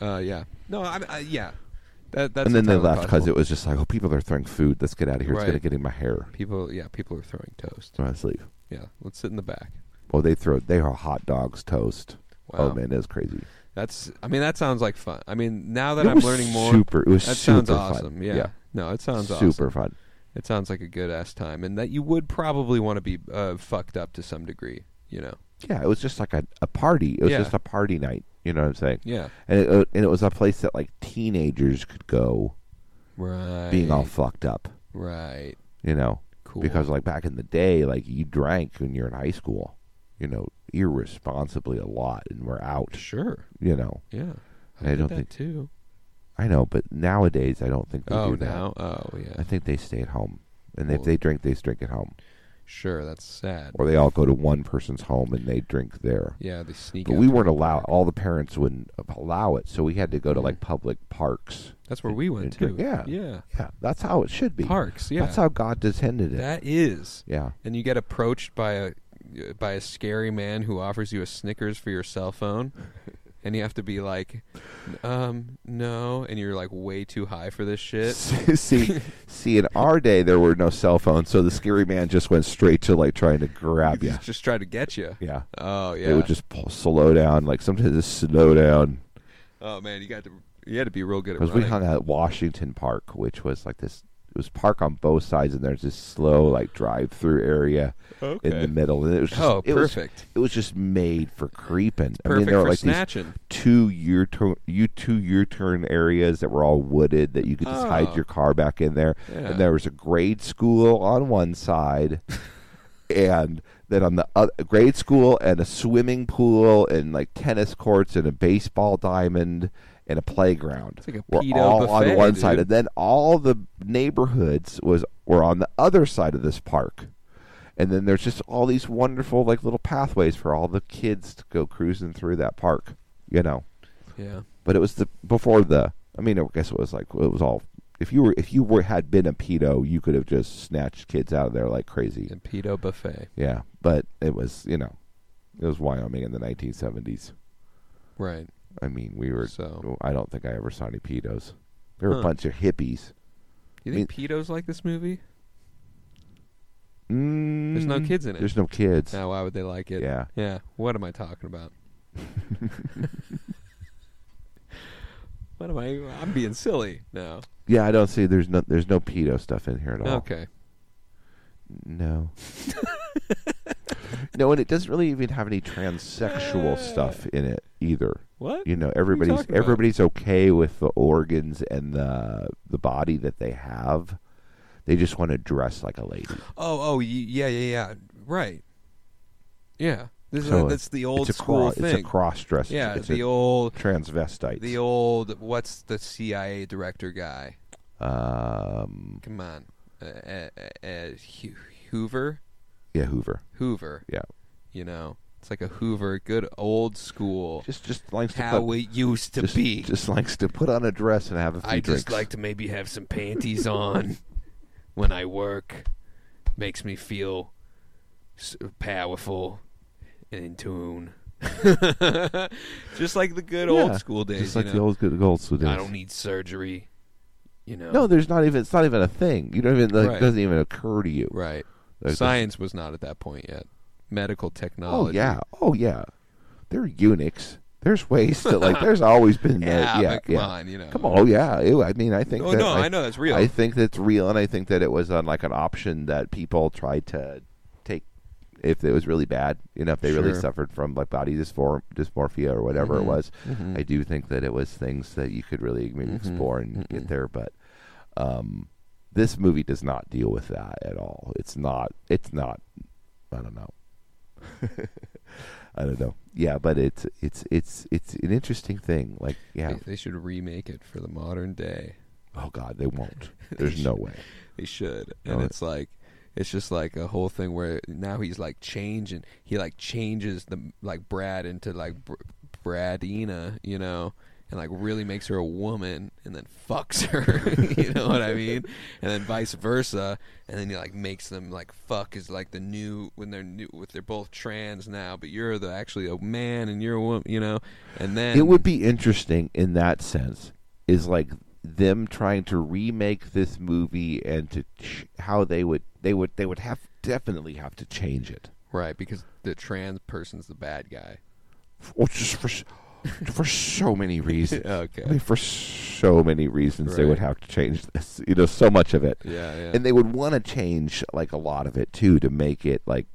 Uh, yeah. No, I, I yeah. That, that's and then they entirely left because possible. it was just like, oh, people are throwing food. Let's get out of here. It's Right. gonna get in my hair. people. Yeah, people are throwing toast. Let's leave. Yeah, let's sit in the back. Well, they throw. They are hot dogs, toast. Oh Wow. man, that's crazy. That's. I mean, that sounds like fun. I mean, now that It I'm was learning more, super- it was that sounds super fun. awesome. Yeah. Yeah. No, it sounds awesome. Super fun. It sounds like a good ass time, and that you would probably want to be uh, fucked up to some degree. You know. Yeah, it was just like a, a party. It was Yeah. just a party night. You know what I'm saying? Yeah. And it, uh, and it was a place that like teenagers could go, Right. being all fucked up. Right. You know, Cool. Because like back in the day, like you drank when you're in high school, you know, irresponsibly a lot, and we're out. Sure. You know. Yeah. And I, did don't that think too. I know, but nowadays I don't think they Oh, do that. now? Oh, yeah. I think they stay at home, and Well- if they drink, they drink at home. Sure, that's sad. or they all go to one person's home and they drink there. Yeah, they sneak But out we to weren't allowed. All the parents wouldn't allow it, so we had to go to like public parks. That's where we went and drink. too. Yeah, Yeah. yeah. That's how it should be. Parks, yeah. That's how God descended it. That is. Yeah. And you get approached by a by a scary man who offers you a Snickers for your cell phone, and you have to be like, um, no, and you're like way too high for this shit. see, see, in our day there were no cell phones, so the scary man just went straight to like trying to grab you. Just try to get you. Yeah. Oh yeah. They would just pull, slow down, like sometimes just slow down. Oh man, you got to you had to be real good at Because we running. hung out at Washington Park, which was like this. It was park on both sides, and there's this slow like drive-through area in Okay. the middle, and it was just, Oh, it was- perfect. it was just made for creeping. I mean, Perfect there were for like snatching. these two year turn, you two year turn areas that were all wooded that you could just Oh. hide your car back in there, Yeah. and there was a grade school on one side. And then on the other, grade school and a swimming pool and like tennis courts and a baseball diamond and a playground like a were pedo all on buffet, one side, dude. and then all the neighborhoods was were on the other side of this park. And then there's just all these wonderful like little pathways for all the kids to go cruising through that park, you know. Yeah. But it was the before the. I mean, I guess it was like it was all. If you were if you were had been a pedo, you could have just snatched kids out of there like crazy. And pedo buffet. Yeah, but it was you know, it was Wyoming in the 1970s. Right. I mean, we were. So- I don't think I ever saw any pedos. There were Huh. a bunch of hippies. You think pedos like this movie? There's no Mm, kids in it. There's no kids. Now why would they like it? Yeah. Yeah. What am I talking about? what am I? I'm being silly. No. Yeah, I don't see. There's no. There's no pedo stuff in here at all. Okay. No. no, and it doesn't really even have any transsexual stuff in it either. What? You know, What are you everybody's talking about? everybody's okay with the organs and the the body that they have. They just want to dress like a lady. Oh, oh, y- yeah, yeah, yeah. Right. Yeah. This So is that's the it's old a school cro- it's a thing. cross-dress- Yeah, it's the a old transvestite. The old what's the CIA director guy? Um, Come on, uh, uh, uh, uh, Hu- Hoover. yeah, Hoover. Hoover. Yeah. You know, it's like a Hoover, good old school. Just just likes to how put- it used to just, be. Just likes to put on a dress and have a few I drinks. just like to maybe have some panties on when I work. Makes me feel s- powerful and in tune. just like the good Yeah, old school days. Just you like the know? old good old school days. I don't need surgery. You know. No, there's not even. It's not even a thing. You don't even. Like, Right. It doesn't even occur to you. Right. There's Science was not at that point yet. Medical Oh technology. yeah. Oh yeah. There are eunuchs. There's ways to like. There's always been. that- Yeah, yeah, Ah, but come yeah. on, you know. Come on. Oh yeah. Ew, I mean, I think. Oh, that, no, I know that's real. I think that's real, and I think that it was on like an option that people tried to take if it was really bad. You know, if they really Sure. Mm-hmm. suffered from like body dysphor- dysmorphia or whatever it was. I do think that it was things that you could really maybe Mm-hmm. explore and get there, but. Um, this movie does not deal with that at all. It's not. It's not. I don't know. I don't know. Yeah, but it's it's it's it's an interesting thing. Like, yeah. They, they should remake it for the modern day. Oh God, they won't. There's no way. They should. No, And it- it's like It's just like a whole thing where now he's like changing. He like changes the like Brad into like Br- Bradina, you know, and like really makes her a woman, and then fucks her. you know what I mean? And then vice versa. And then he like makes them like fuck is like the new when they're new with they're both trans now, but you're the actually a man and you're a woman, you know. And then it would be interesting in that sense is like them trying to remake this movie and to ch- how they would they would they would have definitely have to change it right because the trans person's the bad guy. Or just for s- for so many reasons Okay. I mean, for so many reasons they would Right. have to change this you know so much of it Yeah, yeah. and they would want to change like a lot of it too to make it like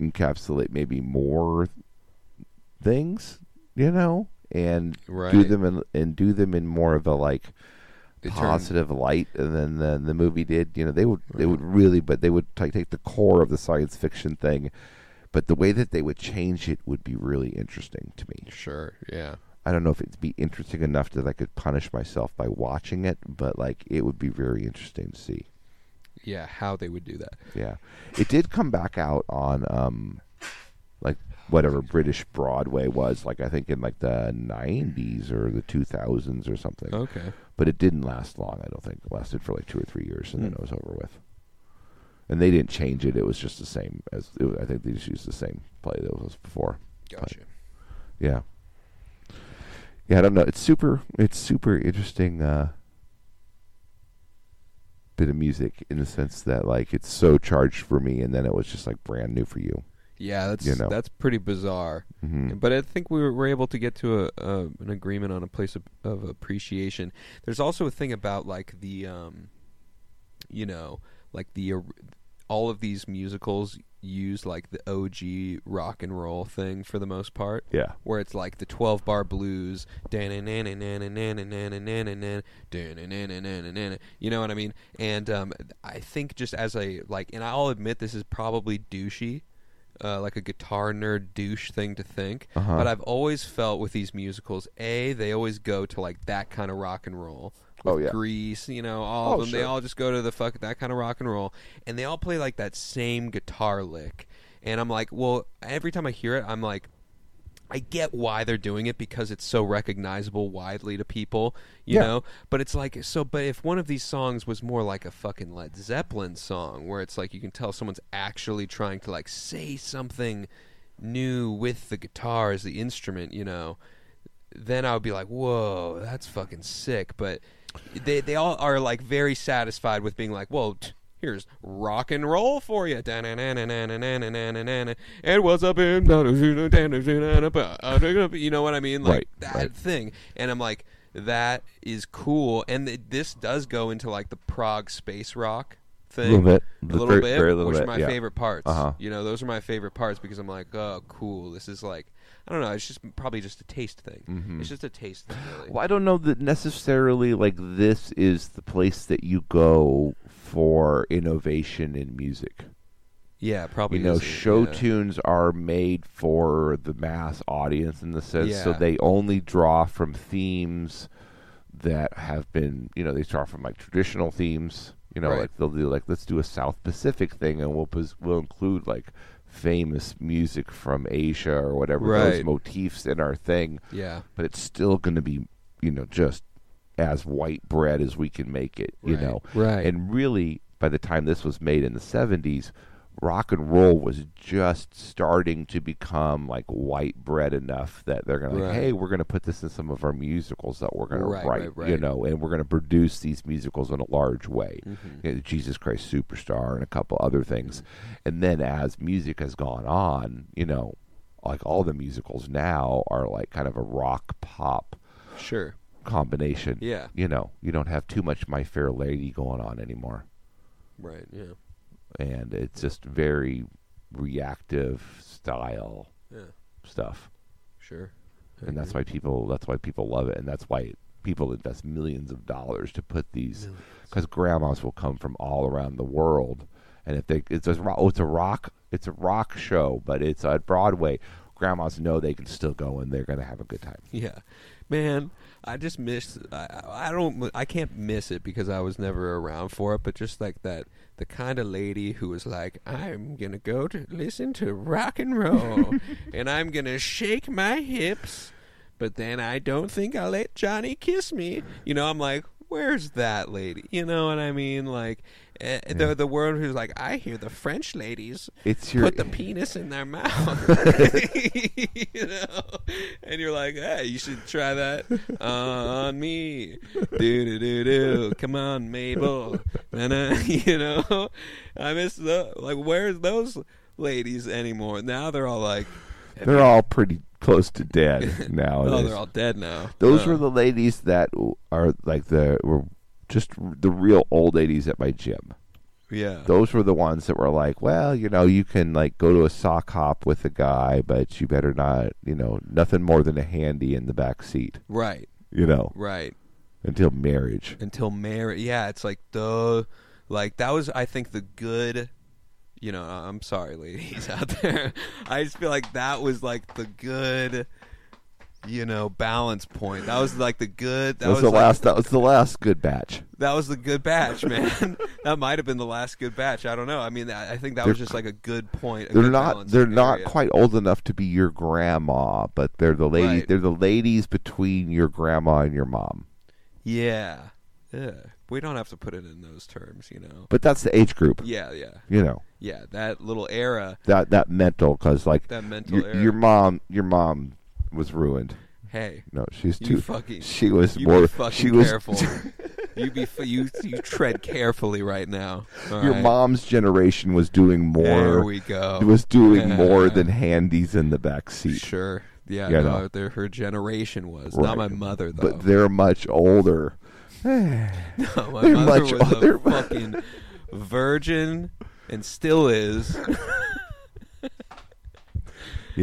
encapsulate maybe more things you know and do Right. them in, and do them in more of a like It turned- positive light than the, the movie did you know they would they would really but they would like take the core of the science fiction thing but the way that they would change it would be really interesting to me Sure, yeah. I don't know if it'd be interesting enough that I could punish myself by watching it, but like it would be very interesting to see. Yeah, how they would do that. Yeah, it did come back out on um, like whatever British Broadway was like I think in like the '90s or the 2000s or something. Okay. but it didn't last long. I don't think it lasted for like two or three years, and then Hmm. it was over with. And they didn't change it; it was just the same as it was, I think they just used the same play that was before. But- Gotcha. yeah. Yeah, I don't know. It's super. It's super interesting. Uh, bit of music in the sense that like it's so charged for me, and then it was just like brand new for you. Yeah, that's You know. that's pretty bizarre. Mhm. But I think we were, were able to get to a, a an agreement on a place of, of appreciation. There's also a thing about like the, um, you know, like the or- all of these musicals use like the OG rock and roll thing for the most part. Yeah. where it's like the 12 bar blues you know what i mean and um, i think just as a like and i'll admit this is probably douchey uh, like a guitar nerd douche thing to think Uh-huh. but i've always felt with these musicals a they always go to like that kind of rock and roll Oh, With yeah. grease you know all Oh, of them they sure. all just go to the fuck that kind of rock and roll and they all play like that same guitar lick and i'm like well every time i hear it i'm like I get why they're doing it because it's so recognizable widely to people, you Yeah. know. But it's like so. But if one of these songs was more like a fucking Led Zeppelin song, where it's like you can tell someone's actually trying to like say something new with the guitar as the instrument, you know, then I would be like, whoa, that's fucking sick. But they they all are like very satisfied with being like, well. T- Here's rock and roll for you. It was a big, you know what I mean? Like Right, that right. thing. And I'm like, that is cool. And th- this does go into like the Prague space rock thing. Little bit. A The little very- bit, very little which bit, are my yeah. favorite parts. Uh-huh. You know, those are my favorite parts because I'm like, oh, cool. This is like, I don't know. It's just probably just a taste thing. Mm-hmm. It's just a taste thing, really. Well, I don't know that necessarily like this is the place that you go for innovation in music. Yeah, probably. you know, isn't, show yeah. tunes are made for the mass audience in the sense, so Yeah. they only draw from themes that have been, you know, they draw from like traditional themes. You know, Right. like they'll do like let's do a South Pacific thing, and we'll pos- we'll include like famous music from Asia or whatever those Right. motifs in our thing. Yeah. but it's still going to be, you know, just as white bread as we can make it. You Right. know, Right. and really, by the time this was made in the 70s, rock and roll was just starting to become like white bread enough that they're going to, like, Right. hey, we're going to put this in some of our musicals that we're going Right, to write, right, right. you know, and we're going to produce these musicals in a large way. Mm-hmm. You know, Jesus Christ Superstar and a couple other things. And then as music has gone on, you know, like all the musicals now are like kind of a rock pop Sure. combination. Yeah. You know, you don't have too much My Fair Lady going on anymore. Right. Yeah. And it's just very reactive style Yeah. stuff. Sure. And Mm-hmm. that's why people that's why people love it and that's why people invest millions of dollars to put these cuz grandmas will come from all around the world and if they it's a ro- oh, it's a rock it's a rock show but it's on Broadway. grandmas know they can still go and they're going to have a good time. Yeah, man, I just miss. I, I I don't. I can't miss it because I was never around for it. But just like that, the kind of lady who was like, "I'm gonna go to listen to rock and roll, and I'm gonna shake my hips, but then I don't think I'll let Johnny kiss me." You know, I'm like, "Where's that lady?" You know what I mean? Like. eh, The the world who's like I hear the French ladies It's your- put the penis in their mouth. you know? And you're like, hey, you should try that on me. Do do do do. Come on, Mabel. And uh, you know, I miss the like. Where's those ladies anymore? Now they're all like, They're all pretty close to dead now. oh, they're all dead now. Those Uh, were the ladies that w- are like the were just the real old ladies at my gym. yeah. Those were the ones that were like, well, you know, you can like go to a sock hop with a guy, but you better not, you know, nothing more than a handy in the back seat, Right. you know, Right. until marriage. until marriage. Yeah, it's like the like that was I think the good. You know, uh, I'm sorry, ladies out there. I just feel like that was like the good. You know, balance point. That was like the good. That That was, was the like, last. That was the last good batch. That was the good batch, man. that might have been the last good batch. I don't know. I mean, I I think that was They're- just like a good point. a They're good not. balance They're not area. quite old enough to be your grandma, but they're the lady. Right. They're the ladies between your grandma and your mom. Yeah. Yeah. We don't have to put it in those terms, you know. But that's the age group. Yeah, yeah. You know Yeah, that little era. that that mental because like That mental your, era. your mom. Your mom was ruined. Hey. No, she's You too. fucking. she was you more. Be fucking she was. careful. you be f- you you tread carefully right now. All Your right. mom's generation was doing more. There we go. Was doing more than handies in the back seat. Sure. Yeah. You no, know. their- her generation was Right. not my mother though. But they're much older. no, my they're mother much was older. a fucking virgin and still is. Yeah.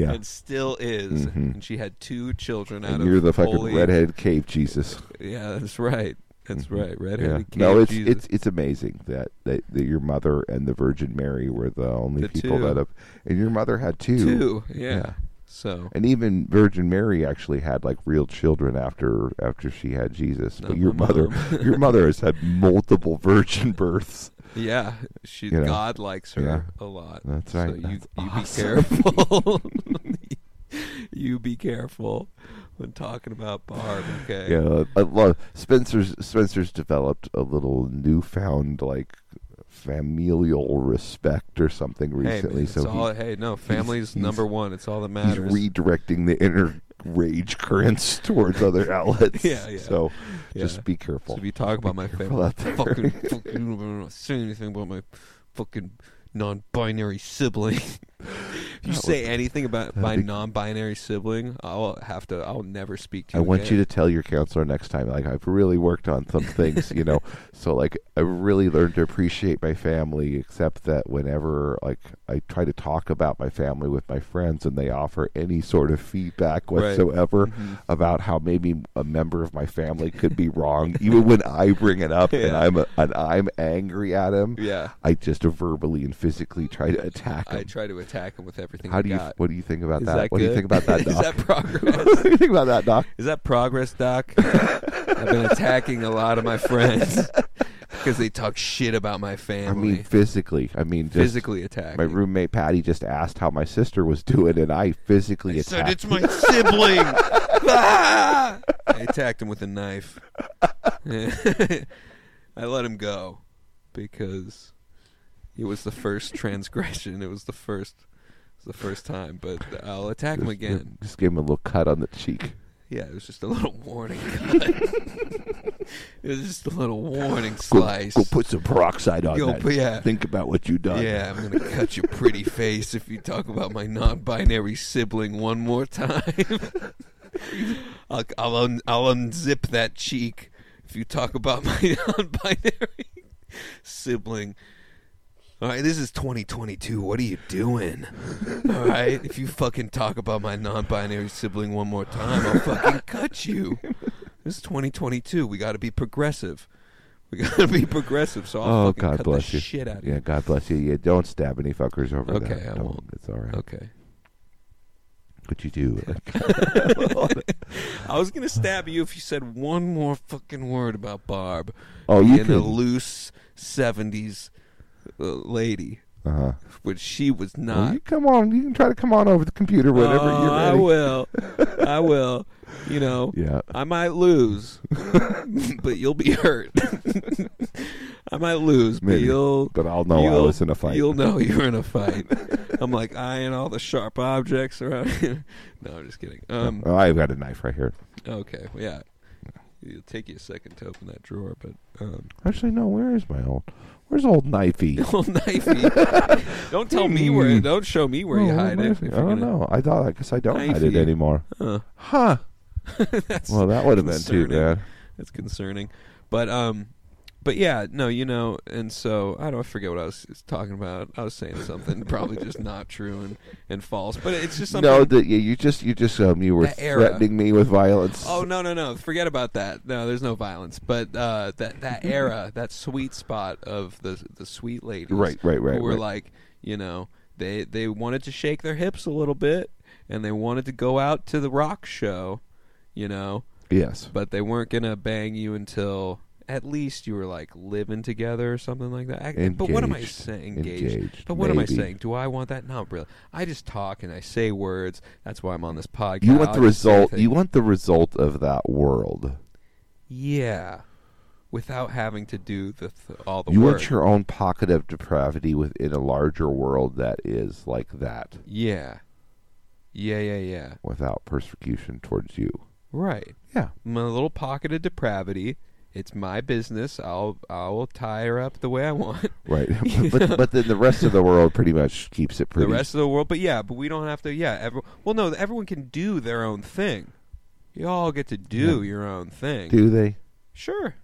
Mm-hmm. And still is. And she had two children out and of you're the fucking holy- redhead cave Jesus. Yeah, that's right. That's right. Yeah. Redheaded kid. No, it's Jesus. it's it's amazing that, that that your mother and the Virgin Mary were the only The people two. that have, and your mother had two. two. Yeah. So And even Virgin Mary actually had like real children after after she had Jesus. Not but your my mother, mom. your mother has had multiple virgin births. Yeah, she You know? God likes her Yeah. a lot. That's So right. you That's you awesome. be careful. you be careful when talking about Barb. Okay. Yeah, I love Uh, Spencer's. Spencer's developed a little newfound like familial respect or something Hey, man, recently. it's so he- all, hey, no, family's he's- number one. It's all that he's matters. redirecting the inner rage currents towards other outlets. Yeah, yeah. So Yeah. just be careful. So if you talk about my careful family, out there. fucking, fucking, I don't say anything about my fucking non-binary sibling. if you That say would- anything about that'd my be- non-binary sibling, I'll have to. I'll never speak to I you. want again. you to tell your counselor next time, like I've really worked on some things, you know. So like I really learned to appreciate my family, except that whenever like I try to talk about my family with my friends and they offer any sort of feedback Right. Mm-hmm. whatsoever about how maybe a member of my family could be wrong, even when I bring it up and Yeah. I'm a, and I'm angry at him, Yeah. I just verbally and physically try to attack him. I try to attack him with everything. how I do you? got. What do you think about Is that? that What do you good? think about that? Is Doc? that progress? what do you think about that, Doc? Is that progress, Doc? I've been attacking a lot of my friends because they talk shit about my I family. mean, physically. I mean, just- physically attacking. My roommate Patty just asked how my sister was doing, and I physically I said, attacked. it's my sibling. Ah! I attacked him with a knife. I let him go because it was the first transgression. It was the first, it was the first time. But I'll attack him Just- again. Just gave him a little cut on the cheek. Yeah, it was just a little warning. it was just a little warning Go, slice. go put some peroxide on Go that. put- yeah. Think about what you done. yeah, I'm gonna cut your pretty face if you talk about my non-binary sibling one more time. I'll I'll, un- I'll unzip that cheek if you talk about my non-binary sibling. All right, this is 2022. What are you doing? All right, if you fucking talk about my non-binary sibling one more time, I'll fucking cut you. This is 2022. We got to be progressive. We got to be progressive. So I'll Oh fucking God cut bless the you. shit out of you. yeah, God bless you. Yeah, don't stab any fuckers over Okay, that. I Don't. won't. It's all right. Okay. what you do? I was gonna stab you if you said one more fucking word about Barb. Oh, you being a can- loose '70s uh, lady, uh-huh. which she was Well, not. you come on. You can try to come on over the computer whenever Oh, you're ready. I will. I will. You know. Yeah. I might lose, but you'll be hurt. I might lose, but Maybe. you'll. But I'll know I you'll- was in a fight. You'll know you're in a fight. I'm like eyeing all the sharp objects around. here. no, I'm just kidding. Um. oh, I've got a knife right here. Okay. well, Yeah. It'll take you a second to open that drawer, but um, Actually, no. Where is my old? Where's old knifey? little knifey. don't tell me where. Don't show me where you Oh, hide it. knifey. if I you're don't gonna- know. I thought. I guess I don't hide it Knifey. anymore. Huh. Huh. That's Well, that would have been too concerning. bad. That's concerning. But um, but yeah, no, you know, and so I don't forget what I was talking about. I was saying something probably just not true and, and false. But it's just something. No, that you, you just you just um you were That era. threatening me with violence. Oh no no no! Forget about that. No, there's no violence. But uh, that that era, that sweet spot of the the sweet ladies, Right, right, right, who were right. like, you know, they they wanted to shake their hips a little bit, and they wanted to go out to the rock show, you know, Yes. but they weren't gonna bang you until at least you were like living together or something like that. I- But what am I Engaged. saying? Engaged. Engaged, But what am I maybe. saying? Do I want that? Not really. I just talk and I say words. That's why I'm on this podcast. You want the I just say result. things. You want the result of that world. Yeah, without having to do the th- all the you work. want your own pocket of depravity within a larger world that is like that, yeah, yeah, yeah, yeah. without persecution towards you. Right. Yeah. My little pocket of depravity. It's my business. I'll I'll tie her up the way I want. Right. but but then the rest of the world pretty much keeps it the pretty. rest of the world, but yeah, but we don't have to. Yeah, every, well, no, everyone can do their own thing. You all get to do your own thing. do they? Sure.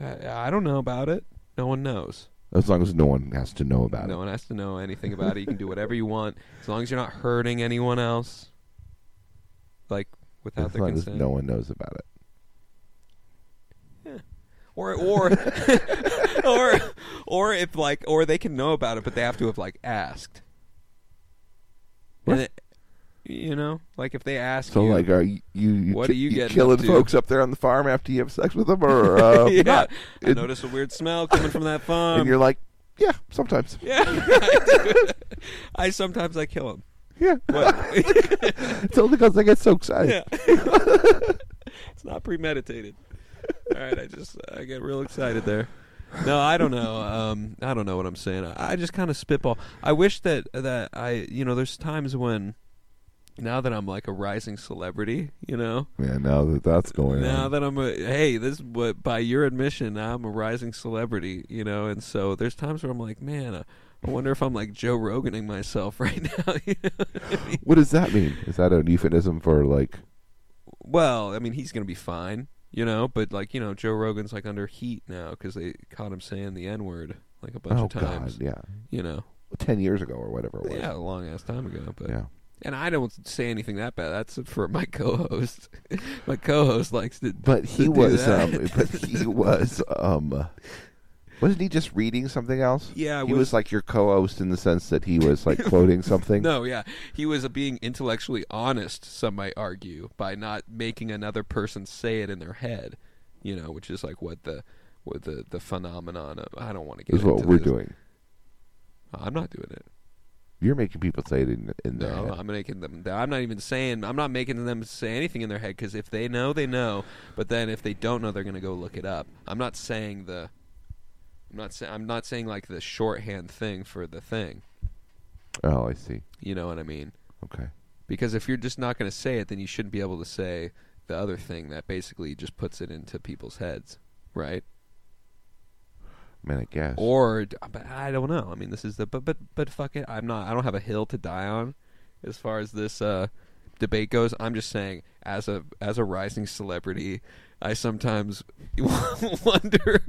I, I don't know about it. No one knows. As long as no one has to know about no one has to know anything about it. You can do whatever you want as long as you're not hurting anyone else. Like it. without As their long as consent. no one knows about it. Or or or or if like or they can know about it but they have to have like asked. What? And it- you know, like if they ask So you like, uh, are you you, you What ki- are you getting killing up to? folks up there on the farm after you have sex with them, or uh, yeah, not? I It- notice a weird smell coming from that and you're farm. like, yeah, sometimes. Yeah, I, do. I sometimes I kill him. Yeah. What? it's only because I get so excited. yeah, it's not premeditated. All right, I just I get real excited there. No, I don't know. Um, I don't know what I'm saying. I, I just kind of spitball. I wish that that I you know there's times when now that I'm like a rising celebrity, you know, Yeah, now that that's going now on. that I'm a hey, this is what by your admission, I'm a rising celebrity, you know, and so there's times where I'm like, man, uh, I wonder if I'm like Joe Roganing myself right now. you know? what does that mean? Is that an euphemism for like? well, I mean, he's gonna be fine, you know, but like you know, Joe Rogan's like under heat now because they caught him saying the N word like a bunch oh of times, God, yeah, you know, ten years ago or whatever it was. yeah, a long ass time ago, but. Yeah. And I don't say anything that bad. That's for my co-host. my co-host likes to, But to he do was, that. um, but he was, um, wasn't he just reading something else? Yeah, I he was, was- like your co-host in the sense that he was like quoting something. No, yeah, he was being intellectually honest. Some might argue by not making another person say it in their head, you know, which is like what the what the the phenomenon of. I don't want to get. is what into we're this. doing. I'm not doing it. You're making people say it in, in their No, head. I'm making them. I'm not even saying. I'm not making them say anything in their head because if they know, they know. But then if they don't know, they're gonna go look it up. I'm not saying the. I'm not saying. I'm not saying like the shorthand thing for the thing. Oh, I see. You know what I mean? Okay. Because if you're just not going to say it, then you shouldn't be able to say the other thing that basically just puts it into people's heads, right? I mean, I guess. Or but I don't know. I mean, this is the but but but fuck it. I'm not. I don't have a hill to die on as far as this uh, debate goes. I'm just saying, as a as a rising celebrity, I sometimes wonder.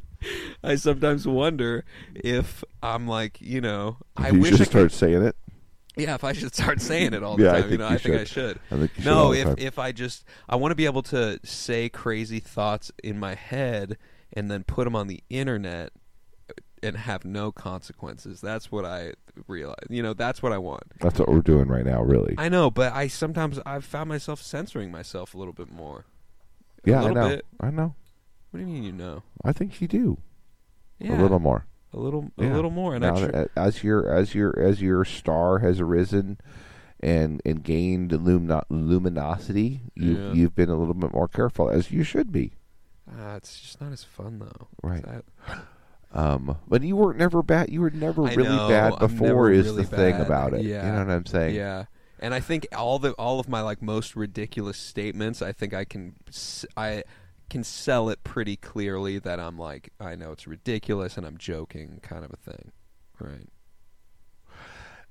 I sometimes wonder if I'm like you know. I you wish should I could- start saying it. yeah, if I should start saying it all Yeah, the I time, you think know, you I think I should. should. I think you should all no, the if time. if I just I want to be able to say crazy thoughts in my head and then put them on the internet uh, and have no consequences. That's what I realize. You know, that's what I want. That's what we're doing right now, really. I know, but I sometimes I've found myself censoring myself a little bit more. A yeah, I little know. bit. I know. What do you mean you know? I think you do a Yeah. little more. A little a Yeah. little more and now, I tr- that- uh, as your as your as your star has arisen and and gained lumino- luminosity, you Yeah. have you've been a little bit more careful as you should be. Ah, it's just not as fun though. Right. I, Um, but you were never bad. You were never I really know, bad I'm before. never Is really the thing bad. about it? Yeah. You know what I'm saying? Yeah. And I think all the all of my like most ridiculous statements, I think I can s- I can sell it pretty clearly that I'm like I know it's ridiculous and I'm joking kind of a thing. Right.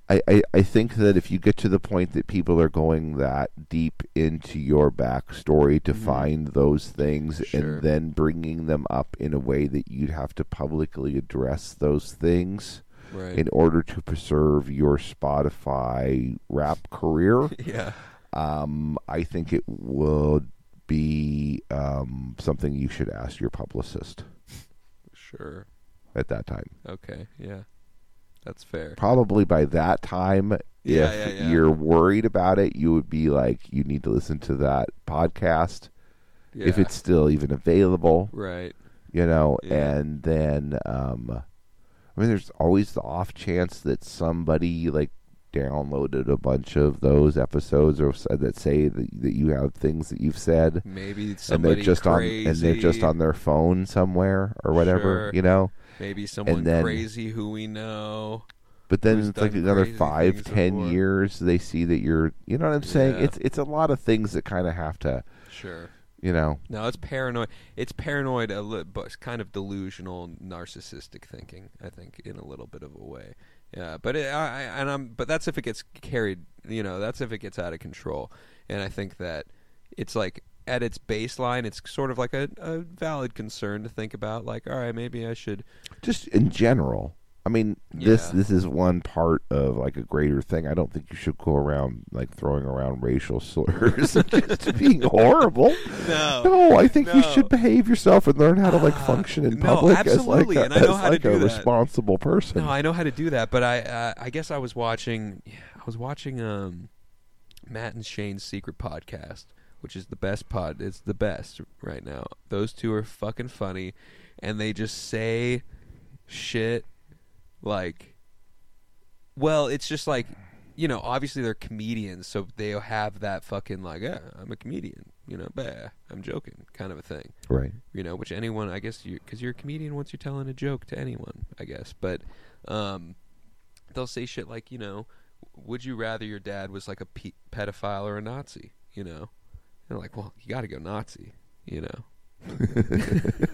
I, I, I think that if you get to the point that people are going that deep into your backstory to find those things Mm-hmm. Sure. and then bringing them up in a way that you'd have to publicly address those things Right. in order to preserve your Spotify rap career, Yeah. um, I think it would be um, something you should ask your publicist Sure. at that time. Okay. Yeah. That's fair. probably by that time if Yeah, yeah, yeah. you're worried about it you would be like you need to listen to that podcast if Yeah. it's still even available Right. you know Yeah. and then um i mean there's always the off chance that somebody like downloaded a bunch of those episodes or said that say that, that you have things that you've said Maybe and they're somebody just on and they're just crazy. on their phone somewhere or whatever Sure. you know Maybe And someone then- crazy who we know. But then who's it's like done another crazy five, things ten before. years, they see that you're. You know what I'm saying? Yeah. It's it's a lot of things that kind of have to. Sure. You know. No, it's paranoid. It's paranoid, a li- but it's kind of delusional, narcissistic thinking. I think in a little bit of a way. Yeah, but it, I, I- and I'm, but that's if it gets carried. You know, that's if it gets out of control. And I think that it's like at its baseline, it's sort of like a, a valid concern to think about. Like, all right, maybe I should. Just in general. I mean, this Yeah. this is one part of like a greater thing. I don't think you should go around like throwing around racial slurs and just being horrible. No. I think you No. Ah, should behave yourself and learn how to like function in no, public as like absolutely, a, and I know as how to like a do that. responsible person. No, I know how to do that, but I uh, I guess I was watching I was watching um Matt and Shane's secret podcast, which is the best pod. It's the best right now. Those two are fucking funny and they just say shit like well, it's just like you know, obviously they're comedians, so they have that fucking like, yeah, I'm a comedian, you know, bah, I'm joking, kind of a thing Right. you know, which anyone, I guess, you because you're a comedian once you're telling a joke to anyone, I guess. But um, they'll say shit like, you know, would you rather your dad was like a pe- pedophile or a Nazi? You know, and they're like, well, you got to go Nazi, you know. you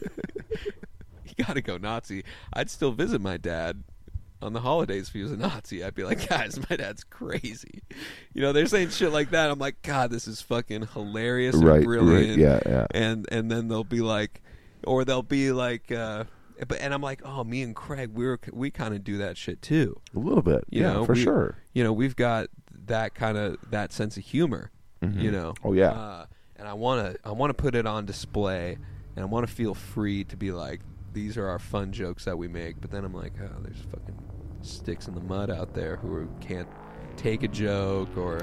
got to go Nazi. I'd still visit my dad on the holidays if he was a Nazi. I'd be like, guys, my dad's crazy. You know, they're saying shit like that. I'm like, God, this is fucking hilarious and Right, right, brilliant. yeah, yeah. And and then they'll be like, or they'll be like, uh, but and I'm like, oh, me and Craig, we were we kind of do that shit too. A little bit. You yeah, know, for we- sure. You know, we've got that kind of that sense of humor. You know. Oh, yeah. Uh, and I want to I want to put it on display, and I want to feel free to be like, these are our fun jokes that we make. But then I'm like, oh, there's fucking sticks in the mud out there who are- can't take a joke or,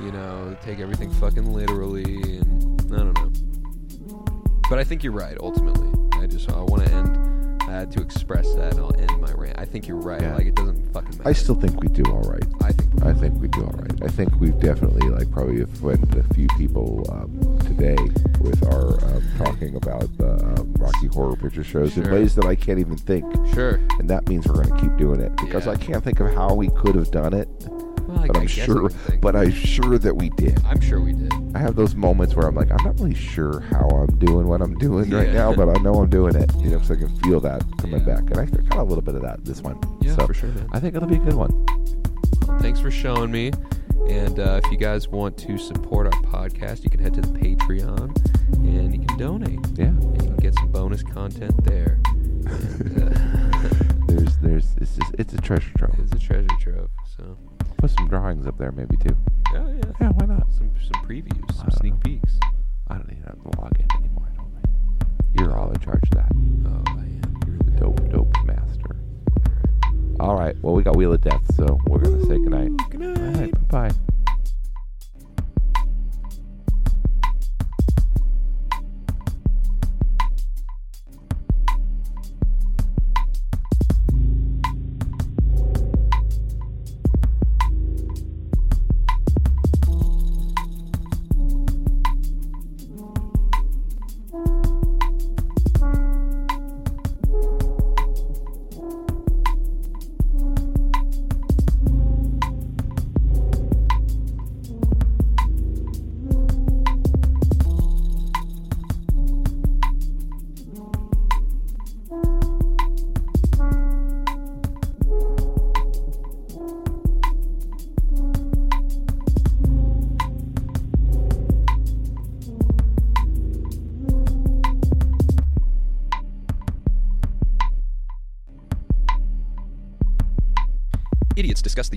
you know, take everything fucking literally, and I don't know. But I think you're right. Ultimately, I just I want to end. I had to express that. and I'll end my rant. I think you're right. Yeah. Like it doesn't fucking matter. I still think we do all right. I think I think we do all right. I think we've definitely like probably offended a few people um, today with our um, talking about the um, Rocky Horror Picture Shows in Sure. ways that I can't even think. Sure. And that means we're going to keep doing it because Yeah. I can't think of how we could have done it. Well, I- but I I'm guess I sure. can think. But I'm sure that we did. I'm sure we did. I have those moments where I'm like, I'm not really sure how I'm doing what I'm doing right Yeah. now, but I know I'm doing it. You know, because I can feel that coming back, and I got a little bit of that this one. Yeah, so for sure, man. I think it'll be a good one. Thanks for showing me. And uh, if you guys want to support our podcast, you can head to the Patreon and you can donate. Yeah. And you can get some bonus content there. And, uh, There's, there's, it's just, it's a treasure trove. it's a treasure trove. So, Put some drawings up there, maybe too. yeah, yeah. Yeah, why not? Some, some previews, I some don't sneak know. peeks. I don't even have to log in anymore. I don't think. You're all in charge of that. Oh, I am. You're the dope, dope master. All right. Well, we got Wheel of Death, so we're going to say goodnight. Good night. Bye bye. Idiots Discuss the